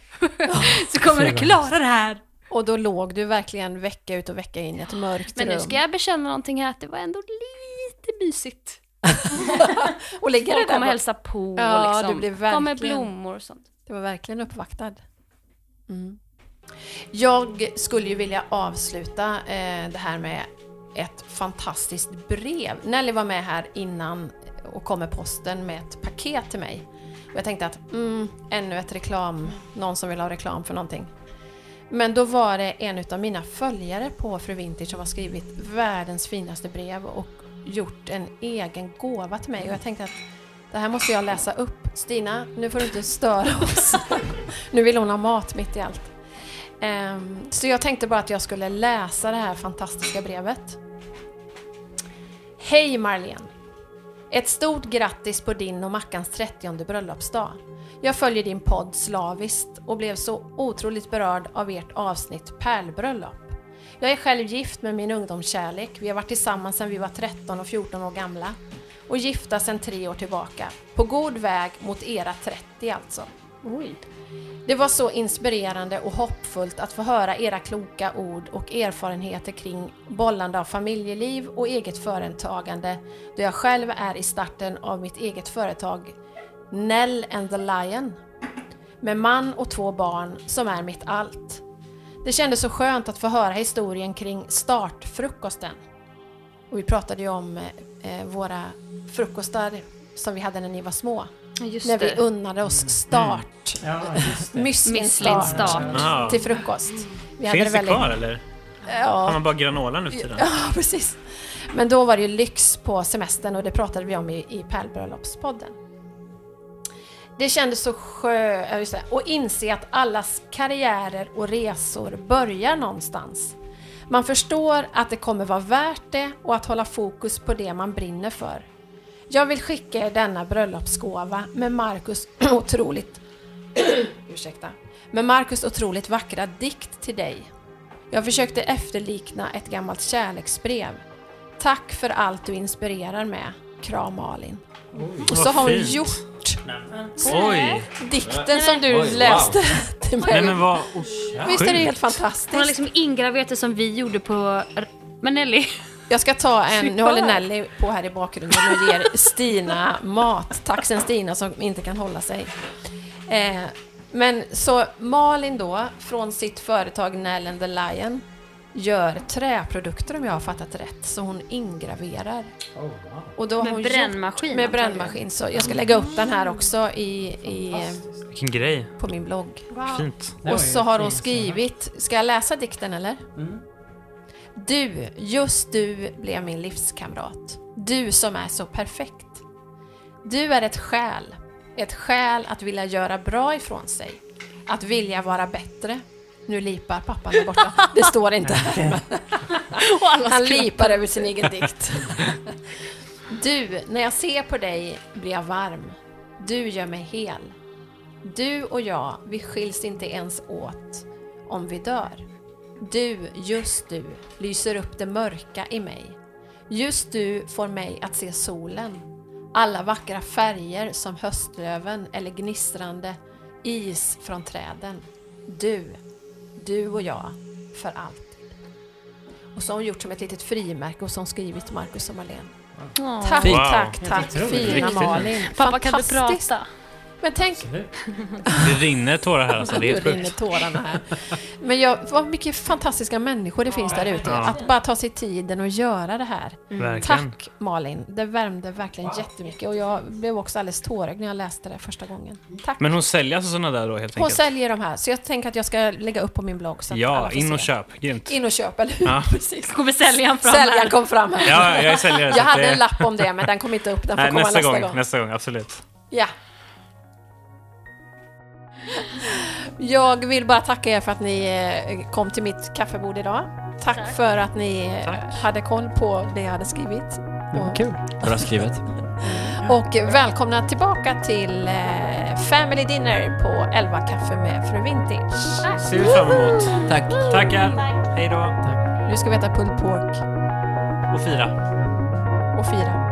[SPEAKER 2] så kommer du klara det här.
[SPEAKER 1] Och då låg du verkligen vecka ut och vecka in i ett mörkt
[SPEAKER 2] Men
[SPEAKER 1] rum.
[SPEAKER 2] nu ska jag bekänna någonting här att det var ändå lite mysigt.
[SPEAKER 1] Och ligga
[SPEAKER 2] Folk
[SPEAKER 1] det
[SPEAKER 2] kom
[SPEAKER 1] där
[SPEAKER 2] och
[SPEAKER 1] bara-
[SPEAKER 2] hälsa på
[SPEAKER 1] Ja,
[SPEAKER 2] och
[SPEAKER 1] du blir
[SPEAKER 2] liksom. kom med
[SPEAKER 1] verkligen-
[SPEAKER 2] blommor och sånt.
[SPEAKER 1] Det var verkligen uppvaktad. Mm. Jag skulle ju vilja avsluta eh, det här med ett fantastiskt brev. Nelly var med här innan och kom med posten med ett paket till mig. Och jag tänkte att mm, ännu ett reklam, någon som vill ha reklam för någonting. Men då var det en av mina följare på Fru Vintage som har skrivit världens finaste brev och gjort en egen gåva till mig och jag tänkte att det här måste jag läsa upp. Stina, nu får du inte störa oss. nu vill hon ha mat mitt i allt. Ehm, så jag tänkte bara att jag skulle läsa det här fantastiska brevet. Hej Marlene! Ett stort grattis på din och Mackans 30 bröllopsdag. Jag följer din podd slaviskt och blev så otroligt berörd av ert avsnitt Pärlbröllop. Jag är själv gift med min ungdomskärlek. Vi har varit tillsammans sedan vi var 13 och 14 år gamla och gifta sedan tre år tillbaka. På god väg mot era 30 alltså. Det var så inspirerande och hoppfullt att få höra era kloka ord och erfarenheter kring bollande av familjeliv och eget företagande då jag själv är i starten av mitt eget företag Nell and the Lion med man och två barn som är mitt allt. Det kändes så skönt att få höra historien kring startfrukosten. Och vi pratade ju om eh, våra frukostar som vi hade när ni var små.
[SPEAKER 2] Just
[SPEAKER 1] när vi
[SPEAKER 2] det. Mm.
[SPEAKER 1] unnade oss start,
[SPEAKER 3] Ja, just det.
[SPEAKER 1] müslin
[SPEAKER 2] Müslin
[SPEAKER 1] start
[SPEAKER 2] start.
[SPEAKER 4] Aha.
[SPEAKER 1] till frukost. Vi hade
[SPEAKER 4] Finns det kvar eller? Har
[SPEAKER 1] Ja,
[SPEAKER 4] man bara granola nu för tiden?
[SPEAKER 1] ja, precis. Men då var det ju lyx på semestern och det pratade vi om i, i Pärlbröllopspodden. Det kändes så skönt och inse att allas karriärer och resor börjar någonstans. Man förstår att det kommer vara värt det och att hålla fokus på det man brinner för. Jag vill skicka er denna bröllopsgåva med Marcus otroligt... ursäkta. Med Marcus otroligt vackra dikt till dig. Jag försökte efterlikna ett gammalt kärleksbrev. Tack för allt du inspirerar med. Kram Malin. och så
[SPEAKER 4] vad
[SPEAKER 1] har hon
[SPEAKER 4] fint.
[SPEAKER 1] gjort
[SPEAKER 4] Oj!
[SPEAKER 1] dikten som du
[SPEAKER 5] Oj, wow.
[SPEAKER 1] läste till mig.
[SPEAKER 4] Nej men vad
[SPEAKER 1] Visst är det helt
[SPEAKER 4] sjukt.
[SPEAKER 2] Hon har
[SPEAKER 1] fantastiskt?
[SPEAKER 2] liksom ingraverat det som vi gjorde på... Men Nelly,
[SPEAKER 1] Jag ska ta en, nu håller Nelly på här i bakgrunden och ger Stina mat. Taxen Stina som inte kan hålla sig. Eh, men så Malin då, från sitt företag Nell and the Lion, gör träprodukter om jag har fattat rätt, så hon ingraverar. Och då har
[SPEAKER 2] Med
[SPEAKER 1] hon
[SPEAKER 2] brännmaskin,
[SPEAKER 1] Gjort, med
[SPEAKER 2] antagligen.
[SPEAKER 1] brännmaskin. Så jag ska lägga upp den här också i, i,
[SPEAKER 4] Vilken grej.
[SPEAKER 1] på min blogg.
[SPEAKER 4] Fint.
[SPEAKER 3] Det var
[SPEAKER 1] Och
[SPEAKER 3] ju
[SPEAKER 1] så har hon
[SPEAKER 3] fint.
[SPEAKER 1] skrivit, ska jag läsa dikten eller? Du, just du blev min livskamrat. Du som är så perfekt. Du är ett skäl. Ett skäl att vilja göra bra ifrån sig. Att vilja vara bättre. Nu lipar pappan där borta. Det står inte här. men- Han lipar över sin egen dikt. Du, när jag ser på dig blir jag varm. Du gör mig hel. Du och jag, vi skiljs inte ens åt om vi dör. Du, just du, lyser upp det mörka i mig. Just du får mig att se solen. Alla vackra färger som höstlöven eller gnistrande is från träden. Du, du och jag, för alltid. Och så har hon gjort som ett litet frimärke och så har hon skrivit Marcus och Marlene.
[SPEAKER 10] Åh.
[SPEAKER 1] Tack,
[SPEAKER 10] Fint.
[SPEAKER 1] tack,
[SPEAKER 10] Wow.
[SPEAKER 1] tack.
[SPEAKER 10] Helt otroligt.
[SPEAKER 1] Fina
[SPEAKER 10] Riktigt.
[SPEAKER 1] Malin.
[SPEAKER 10] Pappa, kan du
[SPEAKER 1] Fantastiskt. Men tänk...
[SPEAKER 4] Det rinner tårar här alltså. Det är
[SPEAKER 1] Nu
[SPEAKER 4] helt
[SPEAKER 1] rinner
[SPEAKER 4] sjukt.
[SPEAKER 1] tårarna här. Men jag, vad mycket fantastiska människor det finns där ute.
[SPEAKER 4] Ja.
[SPEAKER 1] Att bara ta sig tiden och göra det här.
[SPEAKER 4] Mm. Verkligen.
[SPEAKER 1] Tack Malin, det värmde verkligen jättemycket. Och jag blev också alldeles tårögd när jag läste det första gången. Tack.
[SPEAKER 4] Men hon säljer alltså sådana där då helt
[SPEAKER 1] Hon
[SPEAKER 4] enkelt?
[SPEAKER 1] säljer de här, så jag tänker att jag ska lägga upp på min blogg. Så att alla
[SPEAKER 4] Ja,
[SPEAKER 1] får
[SPEAKER 4] in och
[SPEAKER 1] se.
[SPEAKER 4] köp. Grymt.
[SPEAKER 1] In och köp, eller hur?
[SPEAKER 4] Ja.
[SPEAKER 1] Precis.
[SPEAKER 10] Går besäljaren fram här?
[SPEAKER 1] Säljaren kom fram här.
[SPEAKER 4] Ja, jag är säljare, så
[SPEAKER 1] Jag
[SPEAKER 4] att
[SPEAKER 1] hade
[SPEAKER 4] det-
[SPEAKER 1] en lapp om det, men den kom inte upp. Den får
[SPEAKER 4] Nej,
[SPEAKER 1] komma
[SPEAKER 4] nästa,
[SPEAKER 1] nästa
[SPEAKER 4] gång,
[SPEAKER 1] gång.
[SPEAKER 4] Nästa gång, absolut.
[SPEAKER 1] Ja. Jag vill bara tacka er för att ni eh, kom till mitt kaffebord idag. Tack, för att ni eh, hade koll på det jag hade skrivit. Och,
[SPEAKER 3] Kul.
[SPEAKER 5] Bra skrivet.
[SPEAKER 1] och välkomna tillbaka till eh, Family Dinner på 11 kaffe med Fru Vintage.
[SPEAKER 4] Ser vi fram emot.
[SPEAKER 5] Tack.
[SPEAKER 4] Tackar. Hej då.
[SPEAKER 1] Nu ska vi äta pulled pork
[SPEAKER 4] Och fira.
[SPEAKER 1] och fira.